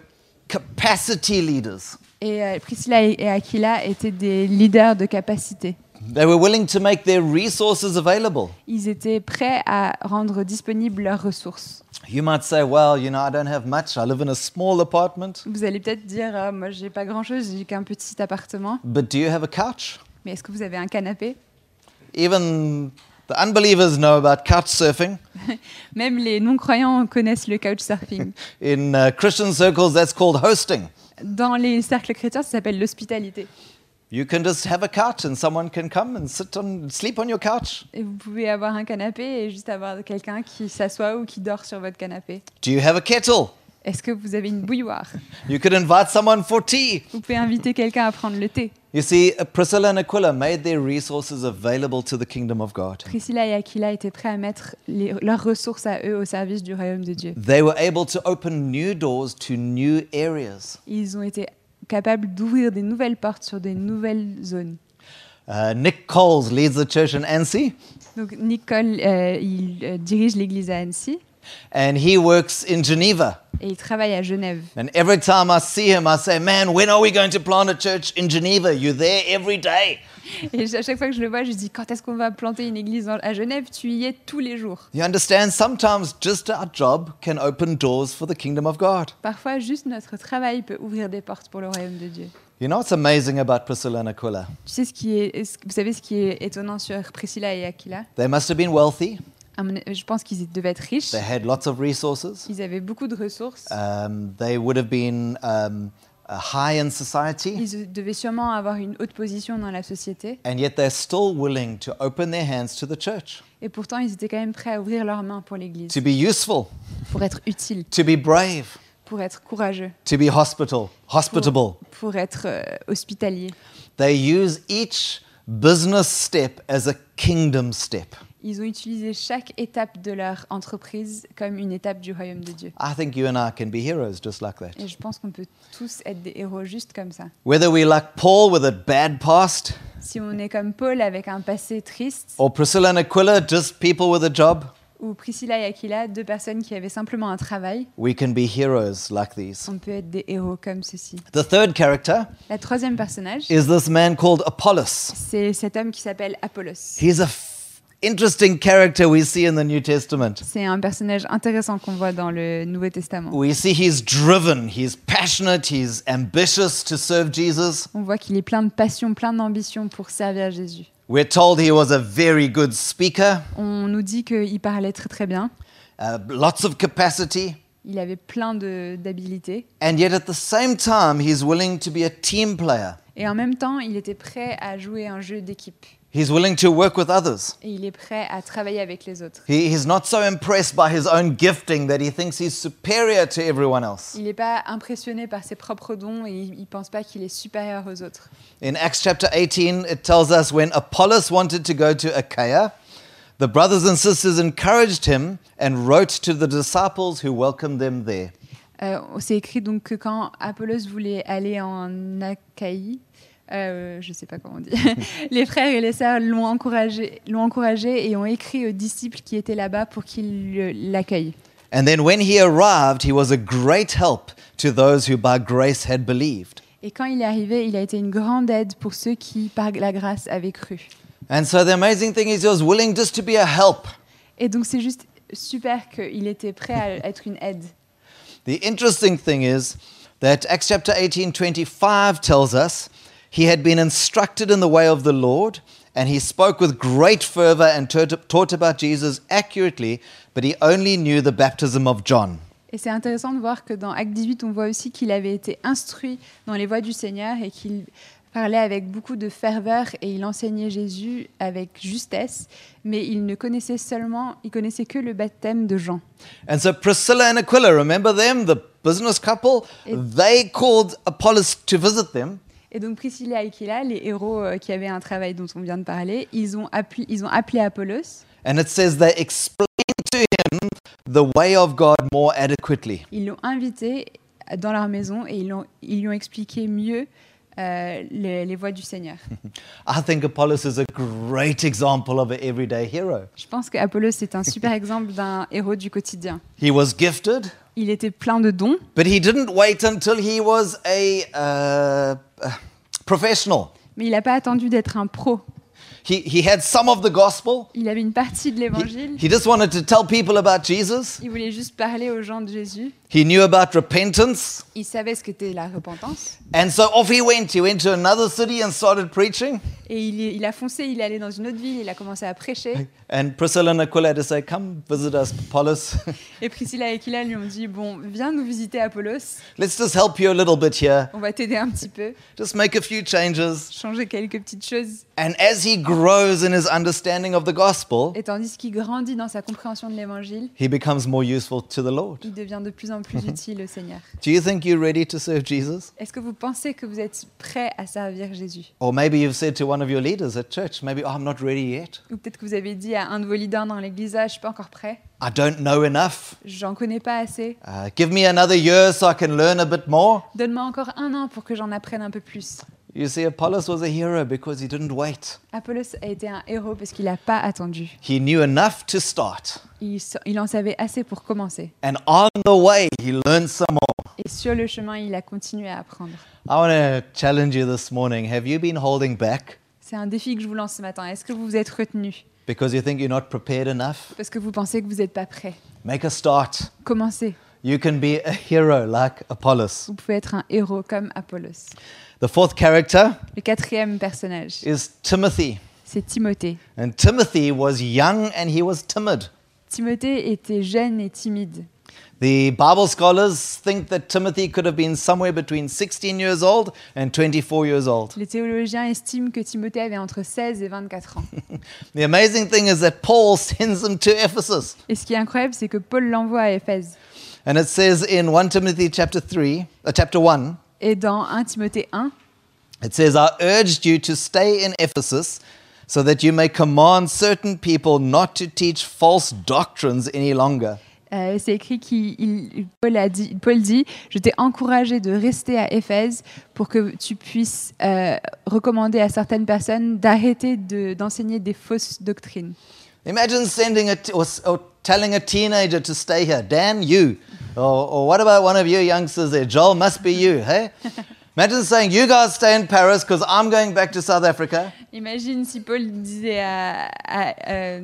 capacity leaders.
Et euh, Priscilla et et Aquila étaient des leaders de capacité.
They were willing to make their resources available.
Ils étaient prêts à rendre disponibles leurs ressources.
You might say, well, you know, I don't have much. I live in a small apartment.
Vous allez peut-être dire, Ah, moi j'ai pas grand-chose, j'ai qu'un petit appartement.
But do you have a couch?
Mais est-ce que vous avez un canapé
Even the unbelievers know about couch surfing.
Même les non-croyants connaissent le couchsurfing.
In uh, Christian circles, that's called hosting.
Dans les cercles chrétiens, ça s'appelle l'hospitalité.
You can just have a couch and someone can come and sit on, sleep on your couch.
Et vous pouvez avoir un canapé et juste avoir quelqu'un qui s'assoit ou qui dort sur votre canapé.
Do you have a kettle?
Est-ce que vous avez une bouilloire
You could invite someone for tea.
Vous pouvez inviter quelqu'un à prendre le thé.
You see, uh, Priscilla and Aquila made their resources available to the kingdom of God.
Priscilla et Aquila étaient prêts à mettre les- leurs ressources à eux au service du royaume de Dieu.
They were able to open new doors to new areas.
Ils ont été capables d'ouvrir des nouvelles portes sur des nouvelles zones.
Uh, Nick Coles leads the church in Annecy,
Donc Nicole, euh, il euh, dirige l'église à Annecy
and he works in Geneva.
et il travaille à Genève.
And every time I see him, I say, Man, when are we going to plant a church in Geneva? You're there every day.
Et à chaque fois que je le vois, je dis quand est-ce qu'on va planter une église dans- à Genève Tu y es tous les jours.
You understand? Sometimes just our job can open doors for the kingdom of God.
Parfois, juste notre travail peut ouvrir des portes pour le royaume de Dieu.
You know what's amazing about Priscilla and Aquila?
Tu sais ce qui est, est-ce que- vous savez ce qui est étonnant sur Priscilla et Aquila
They must have been wealthy,
À mon- Je pense qu'ils devaient être riches.
they had lots of resources,
Ils avaient beaucoup de ressources.
um, they would have been um, uh, high in society,
Ils devaient sûrement avoir une haute position dans la société.
and yet they're still willing to open their hands to the church,
Et pourtant, ils étaient quand même prêts à ouvrir leurs mains pour l'Église,
to be useful,
pour être utiles,
to be brave,
pour être courageux,
to be hospital, hospitable.
pour être euh, hospitaliers.
They use each business step as a kingdom step.
Ils ont utilisé chaque étape de leur entreprise comme une étape du royaume de Dieu.
I think you and I can be heroes just like that.
Et je pense qu'on peut tous être des héros juste comme ça.
Whether we like Paul with a bad past,
Si on est comme Paul avec un passé triste,
or Priscilla and Aquila, just people with a job,
ou Priscilla et Aquila, deux personnes qui avaient simplement un travail,
we can be heroes like these.
on peut être des héros comme ceci.
The third character
La troisième personnage,
is this man called Apollos.
c'est cet homme qui s'appelle Apollos.
He's an interesting character we see in the New Testament.
C'est un personnage intéressant qu'on voit dans le Nouveau Testament.
We see he's driven, he's passionate, he's ambitious to serve Jesus.
On voit qu'il est plein de passion, plein d'ambition pour servir Jésus.
We're told he was a very good speaker,
On nous dit qu'il parlait très très bien,
uh, lots of capacity,
il avait plein de- d'habilités,
and yet at the same time, he's willing to be a team player.
et en même temps, il était prêt à jouer un jeu d'équipe,
He's willing to work with others.
et il est prêt à travailler avec les autres.
He, he's not so impressed by his own gifting that he thinks he's superior to everyone else.
Il n'est pas impressionné par ses propres dons et il ne pense pas qu'il est supérieur aux autres.
In Acts chapter 18, it tells us when Apollos wanted to go to Achaia, the brothers and sisters encouraged him and wrote to the disciples who welcomed them there.
Euh, C'est écrit donc que quand Apollos voulait aller en Achaïe, euh, je ne sais pas comment on dit, les frères et les sœurs l'ont encouragé, l'ont encouragé et ont écrit aux disciples qui étaient là-bas pour qu'ils le- l'accueillent.
And then when he arrived, he was a great help to those who by grace had believed.
Et quand il est arrivé, il a été une grande aide pour ceux qui, par la grâce, avaient cru.
And so the amazing thing is, he was willing just to be a help.
Et donc c'est juste super qu'il était prêt à être une aide.
The interesting thing is that Acts chapter 18 25 tells us he had been instructed in the way of the Lord, and he spoke with great fervor and taught taught about Jesus accurately, but he only knew the baptism of John.
Et c'est intéressant de voir que dans Acte 18, on voit aussi qu'il avait été instruit dans les voies du Seigneur et qu'il parlait avec beaucoup de ferveur et il enseignait Jésus avec justesse, mais il ne connaissait seulement, il connaissait que le baptême de Jean.
And so Priscilla and Aquila, remember them, the business couple? They called Apollos to visit them.
Et donc Priscilla et Aquila, les héros euh, qui avaient un travail dont on vient de parler, ils ont, appui- ils ont appelé Apollos,
And it says they explained to him the way of God more adequately.
ils l'ont invité dans leur maison et ils, l'ont- ils lui ont expliqué mieux euh, les, les voies du Seigneur.
I think Apollos is a great example of an everyday hero.
Je pense qu'Apollos est un super exemple d'un héros du quotidien.
He was gifted,
Il était plein de dons,
but he didn't wait until he was a uh, uh, professional.
mais il n'a pas attendu d'être un pro.
He, he had some of the gospel.
Il avait une partie de
He,
l'évangile.
he just wanted to tell people about Jesus.
Il voulait juste parler aux gens de Jésus.
He knew about repentance.
Il savait ce qu'était la repentance.
And so off he went. He went to another city and started preaching.
Et il, est- il a foncé, il est allé dans une autre ville, il a commencé à prêcher.
And Priscilla and Aquila had to say, Come visit us, Apollos.
Et Priscilla et Aquila lui ont dit, bon, viens nous visiter Apollos,
Let's just help you a little bit here.
on va t'aider un petit peu,
Just make a few changes.
changer quelques petites choses.
And as he grows in his understanding of the gospel,
Et tandis qu'il grandit dans sa compréhension de l'évangile,
he becomes more useful to the Lord.
il devient de plus en plus utile au Seigneur.
Do you think you're ready to serve Jesus?
Est-ce que vous pensez que vous êtes prêt à servir Jésus
Or maybe you've said to one of your leaders at church, maybe, oh, I'm not ready yet.
Ou peut-être que vous avez dit à un de vos leaders dans l'église, ah, je suis pas encore prêt,
I don't know enough.
j'en connais pas assez,
Uh, give me another year so I can learn a bit more.
donne-moi encore un an pour que j'en apprenne un peu plus.
You see, Apollos was a hero because he didn't wait.
Apollos a été un héros parce qu'il n'a pas attendu.
He knew enough to start.
Il, sa- il en savait assez pour commencer.
And on the way, he learned some more.
Et sur le chemin, il a continué à apprendre.
I want to challenge you this morning. Have you been holding back
C'est un défi que je vous lance ce matin. Est-ce que vous vous êtes retenu
because you think you're not prepared enough?
parce que vous pensez que vous n'êtes pas prêt
Make a start.
Commencez.
You can be a hero like Apollos.
Vous pouvez être un héros comme Apollos.
The fourth character
Le quatrième personnage,
is Timothy.
c'est Timothée.
And Timothy was young and he was timid.
Timothée était jeune et timide.
The Bible scholars think that Timothy could have been somewhere between 16 years old and 24 years old.
Les théologiens estiment que Timothée avait entre 16 et 24 ans.
The amazing thing is that Paul sends him to Ephesus.
Et ce qui est incroyable, c'est que Paul l'envoie à Éphèse.
And it says in 1 Timothy chapter 3, uh, chapter 1,
Et dans 1 Timothée 1,
it says, I urged you to stay in Ephesus so that you may command certain people not to teach false doctrines any longer.
Euh, c'est écrit qu'il il- Paul, a dit, Paul dit Je t'ai encouragé de rester à Éphèse pour que tu puisses euh, recommander à certaines personnes d'arrêter de- d'enseigner des fausses doctrines.
Imagine sending a t- or, s- or telling a teenager to stay here. Damn you. Or, or what about one of you youngsters there? Joel, must be you, hey? Imagine saying, you guys stay in Paris because I'm going back to South Africa.
Imagine si Paul disait à. à, euh,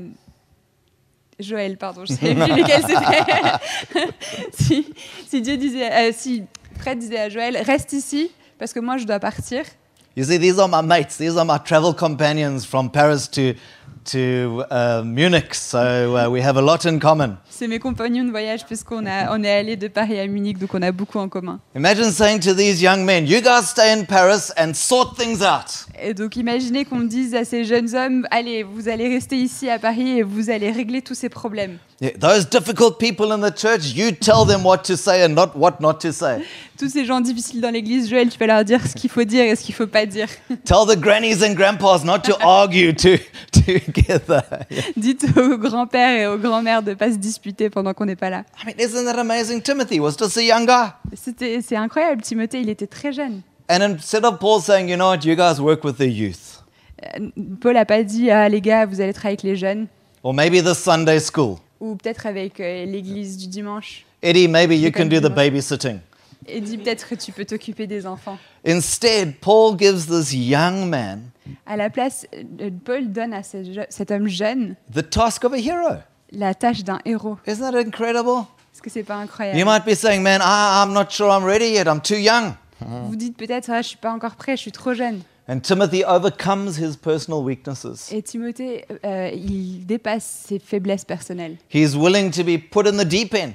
Joël, pardon, je ne savais plus lequel c'était. si, si Dieu disait, euh, si Fred disait à Joël, reste ici parce que moi je dois partir.
You see, these are my mates. These are my travel companions from Paris to, to uh, Munich. So uh, we have a lot in common.
C'est mes compagnons de voyage puisqu'on a, on est allés de Paris à Munich, donc on a beaucoup en commun.
Imagine saying to these young men, you guys stay in Paris and sort things out.
Et donc imaginez qu'on dise à ces jeunes hommes, allez, vous allez rester ici à Paris et vous allez régler tous ces problèmes.
Yeah, those difficult people in the church, you tell them what to say and not what not to say.
Tous ces gens difficiles dans l'église, Joël, tu vas leur dire ce qu'il faut dire et ce qu'il faut pas dire.
Tell the grannies and grandpas not to argue to, together.
Dites aux grands-pères et aux grands-mères de pas se disputer pendant qu'on n'est pas là.
I mean, isn't that amazing? Timothy was just a young guy.
C'était, c'est incroyable, Timothée, il était très jeune.
And instead of Paul saying, you know what, you guys work with the youth,
Euh, Paul a pas dit, ah les gars, vous allez travailler avec les jeunes,
or maybe the Sunday school.
ou peut-être avec euh, l'église du dimanche.
Eddie, maybe you
You
can
can
do
do
the babysitting.
Et dit peut-être que tu peux t'occuper des enfants.
Instead, Paul gives this young man
À la place, euh, Paul donne à ce je- cet homme jeune
the task of a hero.
la tâche d'un héros.
Isn't that incredible?
Est-ce que c'est pas
You
incroyable
might be saying, man, I, I'm not sure I'm ready yet. I'm too young.
Vous dites peut-être, ah, je suis pas encore prêt, je suis trop jeune.
And Timothy overcomes his personal weaknesses.
Et Timothée, euh, il dépasse ses faiblesses personnelles.
He's willing to be put in the deep end.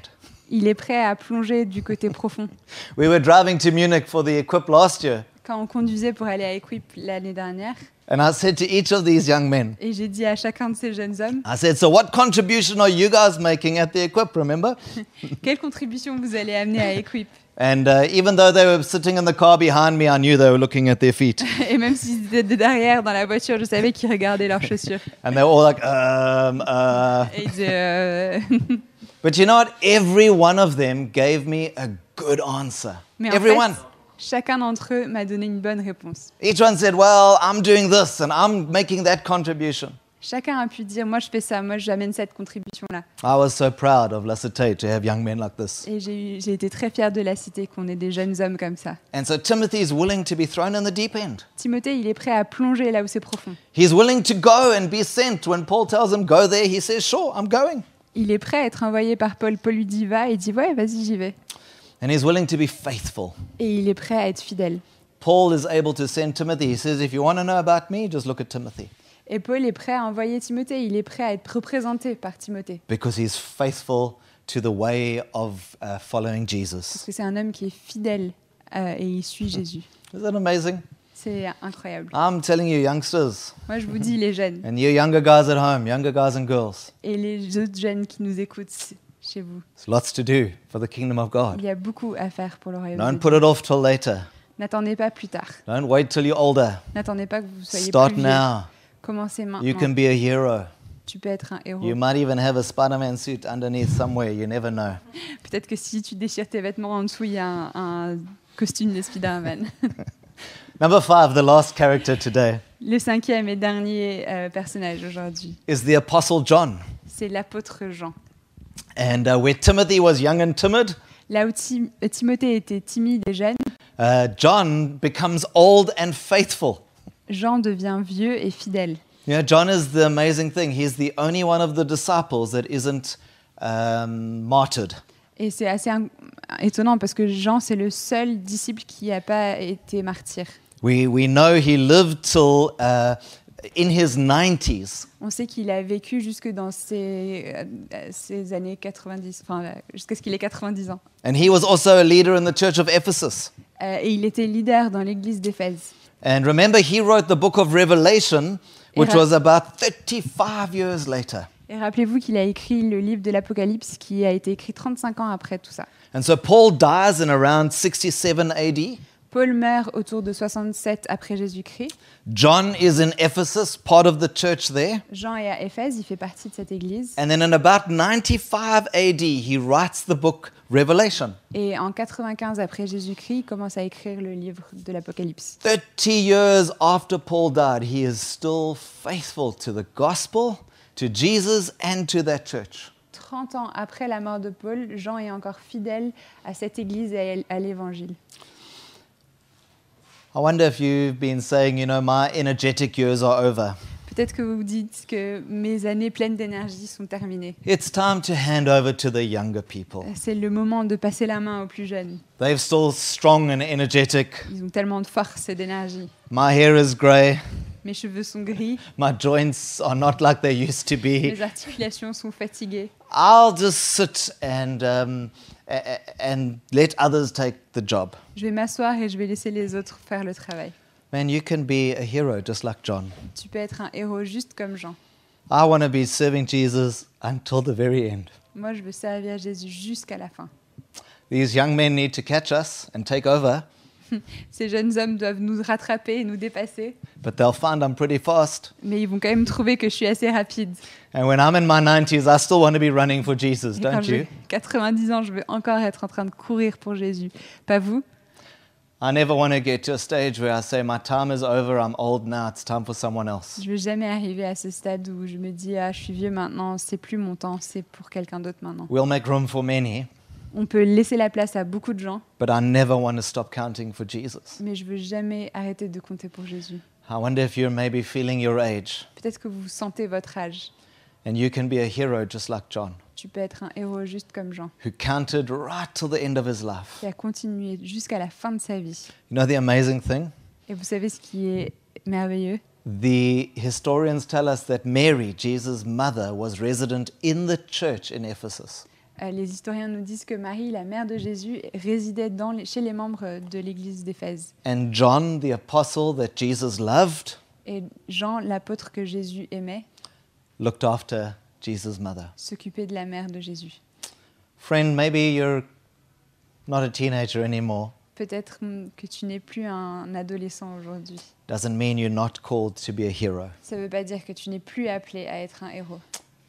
Il est prêt à plonger du côté profond.
We were driving to Munich for the equip last year,
Quand on conduisait pour aller à Equip l'année dernière,
and I said to each of these young men,
et j'ai dit à chacun de ces jeunes hommes,
I said, So, what contribution are you guys making at the equip, remember?
quelle contribution vous allez amener à Equip
And uh, even though they were sitting in the car behind me, I knew they were looking at their feet.
Et même s'ils étaient de derrière dans la voiture, je savais qu'ils regardaient leurs chaussures.
And they were all like, um, uh.
Et ils disaient, euh,
But you know what? Every one of them gave me a good answer.
Mais en
Everyone.
fait, chacun d'entre eux m'a donné une bonne réponse.
Each one said, Well, I'm doing this and I'm making that contribution.
Chacun a pu dire, moi je fais ça, moi j'amène cette contribution-là.
I was so proud of La Cité to have young men like this.
Et j'ai eu- j'ai été très fière de la cité qu'on ait des jeunes hommes comme ça.
And so Timothy is willing to be thrown in the deep end.
Timothée, il est prêt à plonger là où c'est profond.
He's willing to go and be sent. When Paul tells him, Go there, he says, Sure, I'm going.
Il est prêt à être envoyé par Paul. Paul lui dit va et dit ouais, vas-y, j'y vais.
And he's willing to be faithful.
Et il est prêt à être fidèle.
Paul is able to send Timothy. He says, If you want to know about me, just look at Timothy.
Et Paul est prêt à envoyer Timothée. Il est prêt à être représenté par Timothée.
Because he's faithful to the way of uh, following
Parce
Jesus.
que c'est un homme qui est fidèle euh, et il suit Jésus.
Isn't that amazing?
C'est incroyable.
I'm telling you, youngsters,
Moi, je vous dis, les jeunes
and you younger guys at home, younger guys and girls,
et les autres jeunes qui nous écoutent chez vous,
there's lots to do for the kingdom of God.
il y a beaucoup à faire pour le royaume de
Don't
Dieu.
put it off till later.
N'attendez pas plus tard.
Don't wait till you're older.
N'attendez pas que vous soyez
Start
plus vieux.
now.
Commencez
You can
maintenant.
be a hero.
Tu peux être un héros.
You might even have a Spider Man suit underneath somewhere. You never know.
Peut-être que si tu déchires tes vêtements en dessous, il y a un, un costume de Spider-Man.
Number five, the last character today,
Le cinquième et dernier euh, personnage aujourd'hui,
is the Apostle John.
c'est l'apôtre Jean.
And uh, where Timothy was young and timid,
Là où Tim- euh, Timothée était timide et jeune,
uh, John becomes old and faithful.
Jean devient vieux et fidèle.
You know, John is the amazing thing. He's the only one of the disciples that isn't um, martyred.
Et c'est assez in- étonnant parce que Jean, c'est le seul disciple qui n'a pas été martyr.
We, we know he lived till uh, in his 90s.
On sait qu'il a vécu jusque dans ses, euh, euh, ses années 90, enfin euh, jusqu'à ce qu'il ait 90 ans.
And he was also a leader in the church of Ephesus.
Euh, et il était leader dans l'église d'Éphèse.
And remember, he wrote the book of Revelation, which
Yeah.
was about 35 years later.
Et rappelez-vous qu'il a écrit le livre de l'Apocalypse qui a été écrit 35 ans après tout ça.
And so Paul dies in around 67 AD.
Paul meurt autour de 67 après Jésus-Christ.
John is in Ephesus, part of the church there.
Jean est à Éphèse, il fait partie de cette église.
And then in about 95 AD, he writes the book Revelation.
Et en 95 après Jésus-Christ, il commence à écrire le livre de l'Apocalypse.
30 years after Paul died, he is still faithful to the gospel, to Jesus, and to that church.
30 ans après la mort de Paul, Jean est encore fidèle à cette église et à l'évangile.
I wonder if you've been saying, you know, my energetic years are over.
Peut-être que vous dites que mes années pleines d'énergie sont terminées.
It's time to hand over to the younger people.
C'est le moment de passer la main aux plus jeunes.
They're still strong and energetic.
Ils ont tellement de force et d'énergie.
My hair is grey.
Mes cheveux sont gris,
My joints are not like they used to be.
mes articulations sont fatiguées.
I'll just sit and, um, a- a- and let others take the job.
Je vais m'asseoir et je vais laisser les autres faire le travail.
Man, you can be a hero just like John.
Tu peux être un héros juste comme Jean.
I want to be serving Jesus until the very end.
Moi, je veux servir Jésus jusqu'à la fin.
These young men need to catch us and take over,
Ces jeunes hommes doivent nous rattraper et nous dépasser,
but they'll find I'm pretty fast.
mais ils vont quand même trouver que je suis assez rapide.
And when I'm in my 90s, I still want to be running for Jesus,
Et quand
don't you?
j'ai 90 ans, je veux encore être en train de courir pour Jésus. Pas vous
I never want to get to a stage where I say, My time is over, I'm old now, it's time for someone else.
Je veux jamais arriver à ce stade où je me dis ah, je suis vieux maintenant, c'est plus mon temps, c'est pour quelqu'un d'autre maintenant.
We'll make room for many,
On peut laisser la place à beaucoup de gens,
but I never want to stop counting for Jesus.
mais je veux jamais arrêter de compter pour Jésus.
I wonder if you're maybe feeling your age
Peut-être que vous sentez votre âge
And you can be a hero just like John,
Tu peux être un héros juste comme Jean,
who counted right till the end of his life.
qui a continué jusqu'à la fin de sa vie.
You know the amazing thing?
Et vous savez ce qui est merveilleux
The historians tell us that Mary, Jesus' mother, was resident in the church in Ephesus.
Euh, Les historiens nous disent que Marie, la mère de Jésus, résidait dans les- chez les membres de l'église d'Éphèse.
And John, the apostle that Jesus loved,
Et Jean, l'apôtre que Jésus aimait,
looked after Jesus' mother.
s'occupait de la mère de Jésus.
Friend, maybe you're not a teenager anymore.
Peut-être hum, que tu n'es plus un adolescent aujourd'hui.
Doesn't mean you're not called to be a hero.
Ça ne veut pas dire que tu n'es plus appelé à être un héros.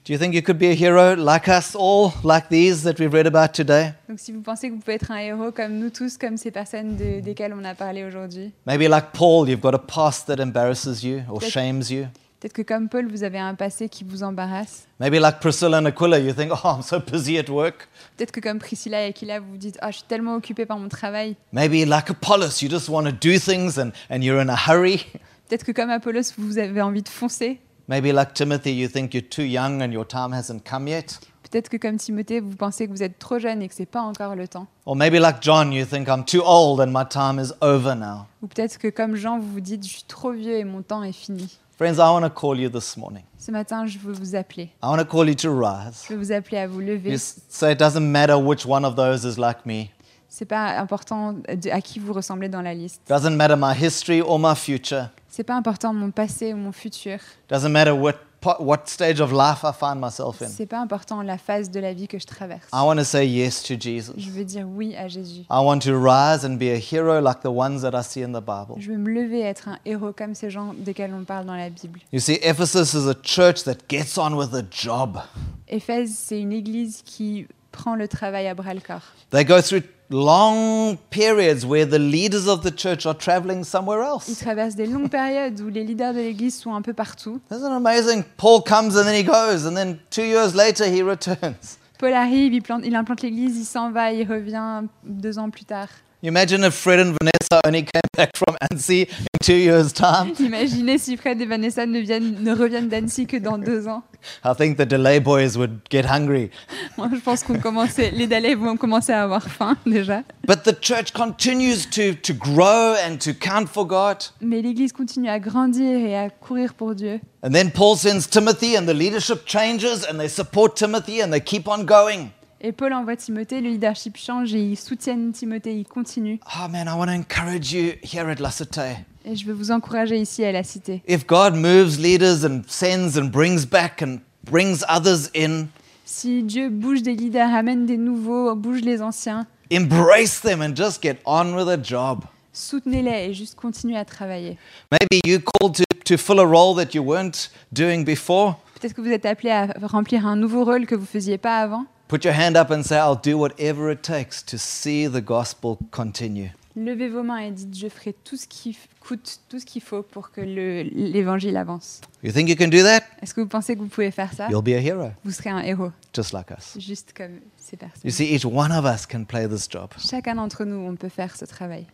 Do you think you could be a hero like us all, like these that we've read about today?
Donc si vous pensez que vous pouvez être un héros comme nous tous, comme ces personnes de- desquelles on a parlé aujourd'hui,
Maybe like Paul, you've got a past that embarrasses you or
Yes.
shames you.
peut-être que comme Paul, vous avez un passé qui vous embarrasse.
Maybe like Priscilla and Aquila, you think, oh, I'm so busy at work.
Peut-être que comme Priscilla et Aquila, vous vous dites Ah, je suis tellement occupée par mon travail.
Maybe like Apollos, you just want to do things and, and you're in a hurry.
Peut-être que comme Apollos, vous avez envie de foncer.
Maybe like Timothy, you think you're too young and your time hasn't come yet.
Peut-être que comme Timothée, vous pensez que vous êtes trop jeune et que c'est pas encore le temps.
Or maybe like John, you think I'm too old and my time is over now.
Ou peut-être que comme Jean, vous vous dites Je suis trop vieux et mon temps est fini.
Friends, I want to call you this morning.
Ce matin, je veux vous appeler.
I want to call you to rise.
Je veux vous appeler à vous
You
lever.
s- say it doesn't matter which one of those is like me.
C'est pas important de- à qui vous ressemblez dans la liste.
Doesn't matter my history or my future.
C'est pas important mon passé ou mon futur.
Doesn't matter what, po- what stage of life I find myself in.
C'est pas important la phase de la vie que je traverse.
I want to say yes to
Je
Jesus.
veux dire oui à Jésus.
I want to rise and be a hero like the ones that I see in the Bible.
Je veux me lever et être un héros comme ces gens desquels on parle dans la Bible.
You see, Ephesus is a church that gets on with the job.
Éphèse, c'est une église qui prend le travail à bras le corps.
They go through long periods where the leaders of the church are traveling somewhere
Ils
else.
traversent des longues périodes où les leaders de l'église sont un peu partout.
Isn't it amazing? Paul comes and then he goes, and then two years later he returns.
Paul arrive, il, plante- il implante l'église, il s'en va, il revient deux ans plus tard.
You imagine if Fred and Vanessa only came back from Annecy in two years' time.
Imaginez si Fred et Vanessa ne, viennent- ne reviennent d'Annecy que dans deux ans.
I think the delay boys would get hungry.
Moi, je pense qu'on commençait, les Dalais vont commencer à avoir faim déjà.
But the church continues to, to grow and to count for God.
Mais l'église continue à grandir et à courir pour Dieu.
And then Paul sends Timothy, and the leadership changes, and they support Timothy, and they keep on going.
Et Paul envoie Timothée, le leadership change et ils soutiennent Timothée, ils continuent.
Oh man, I want to encourage you here at La Cité.
Et je veux vous encourager ici à la cité.
If God moves leaders and sends and brings back and brings others in,
Si Dieu bouge des leaders, amène des nouveaux, bouge les anciens,
embrace them and just get on with a job.
soutenez-les et juste continuez à travailler.
Maybe you called to, to fill a role that you weren't doing before.
Peut-être que vous êtes appelé à remplir un nouveau rôle que vous faisiez pas avant.
Put your hand up and say, I'll do whatever it takes to see the gospel continue.
Levez vos mains et dites je ferai tout ce qui f- coûte, tout ce qu'il faut pour que le- l'évangile avance.
You think you can do that?
Est-ce que vous pensez que vous pouvez faire ça
You'll be a hero,
Vous serez un héros,
just like us.
juste comme ces personnes.
You see, each one of us can play this job.
Chacun d'entre nous, on peut faire ce travail.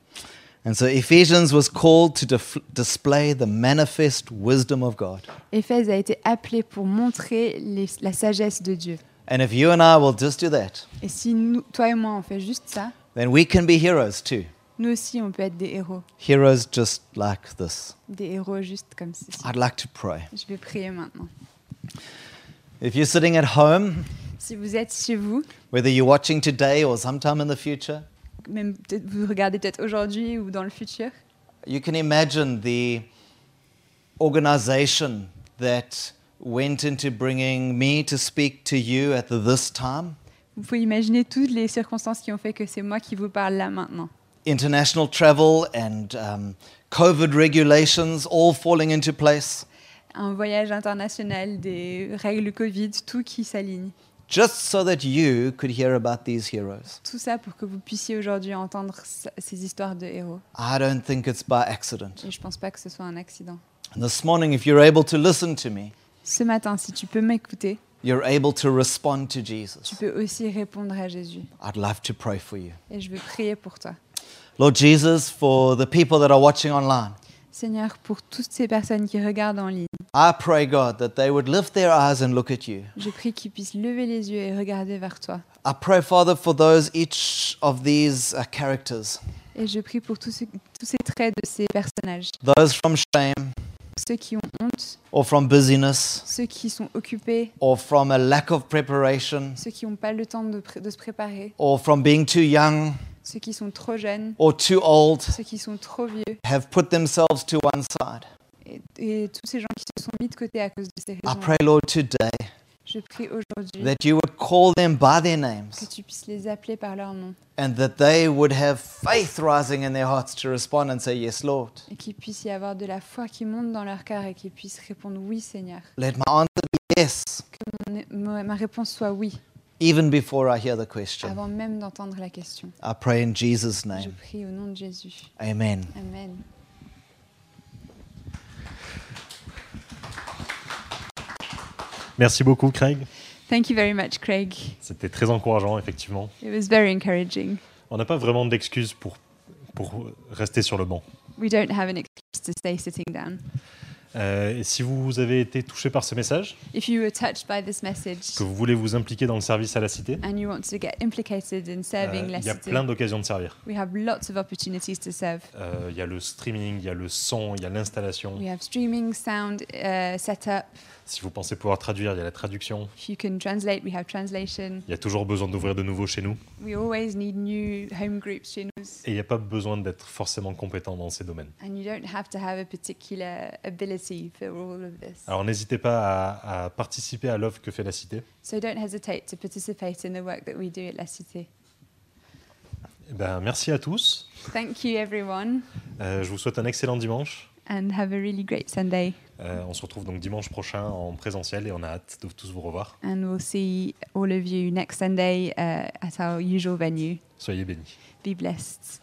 And so Ephesians was called to def- display the manifest wisdom of God.
Éphèse a été appelé pour montrer les- la sagesse de Dieu.
And if you and I will just do that,
Et si nous, toi et moi, on fait juste ça,
then we can be heroes too.
nous aussi, on peut être des héros.
Heroes just like this.
Des héros juste comme ceci.
I'd like to pray.
Je vais prier maintenant.
If you're sitting at home,
Si vous êtes chez vous,
whether you're watching today or sometime in the future,
même peut-être vous regardez peut-être aujourd'hui ou dans le futur,
you can imagine the organization that went into bringing me to speak to you at this time.
vous pouvez imaginer toutes les circonstances qui ont fait que c'est moi qui vous parle là maintenant.
International travel and um, COVID regulations all falling into place.
Un voyage international, des règles Covid, tout qui s'aligne.
just so that you could hear about these heroes.
Tout ça pour que vous puissiez aujourd'hui entendre ça- ces histoires de héros.
I don't think it's by accident.
Et je pense pas que ce soit un accident.
And this morning, if you're able to listen to me,
Ce matin, si tu peux m'écouter,
you're able to respond to
tu
Jesus.
peux aussi répondre à Jésus.
I'd love to pray for you.
Et je veux prier pour toi.
Lord Jesus, for the people that are watching online,
Seigneur, pour toutes ces personnes qui regardent en ligne,
I pray, God, that they would lift their eyes and look at you.
je prie qu'ils puissent lever les yeux et regarder vers toi.
I pray, Father, for those, each of these uh, characters
Et je prie pour tous, ceux- tous ces traits de ces personnages,
those from shame,
ceux qui ont honte,
or from busyness,
ceux qui sont occupés,
or from a lack of preparation,
ceux qui n'ont pas le temps de, pré- de se préparer,
or from being too young
ceux qui sont trop jeunes,
or too old,
ceux qui sont trop vieux,
have put themselves to one side.
et, et tous ces gens qui se sont mis de côté à cause de ces
I
raisons.
pray, Lord, today
Je prie aujourd'hui
that you would call them by their
que
names
tu puisses les appeler par leur nom
and that they would have faith rising in their hearts to respond and say, Yes, Lord.
et qu'il puisse y avoir de la foi qui monte dans leur cœur et qu'ils puissent répondre oui Seigneur.
Let my answer be yes,
Mon- ma ma réponse soit oui,
even before I hear the question.
avant même d'entendre la question.
I pray in Jesus'
Je
name.
prie au nom de Jésus.
Amen.
Amen.
Merci beaucoup, Craig.
Thank you very much, Craig.
C'était très encourageant, effectivement.
It was very encouraging.
On n'a pas vraiment d'excuses pour, pour rester sur le banc.
We don't have an excuse to stay sitting down.
Euh, et si vous avez été touché par ce message,
If you were touched by this message
que vous voulez vous impliquer dans le service à la cité,
and you want to get implicated in serving
euh,
La
il y a
Cité,
plein d'occasions de servir.
we have lots of opportunities to serve.
Euh, Il y a le streaming, il y a le son, il y a l'installation.
We have streaming, sound, uh, setup.
Si vous pensez pouvoir traduire, il y a la traduction.
If you can translate, we have translation.
Il y a toujours besoin d'ouvrir de nouveau chez nous.
We always need new home groups channels,
Et il n'y a pas besoin d'être forcément compétent dans ces domaines.
and you don't have to have a particular ability for all of this.
Alors n'hésitez pas à, à participer à l'offre que fait la cité.
So don't hesitate to participate in the work that we do at La Cité.
Eh ben, merci à tous.
Thank you, everyone,
Euh, je vous souhaite un excellent dimanche.
and have a really great Sunday.
Euh, on se retrouve donc dimanche prochain en présentiel et on a hâte de tous vous revoir.
And we'll see all of you next Sunday uh, at our usual venue.
Soyez bénis.
Be blessed.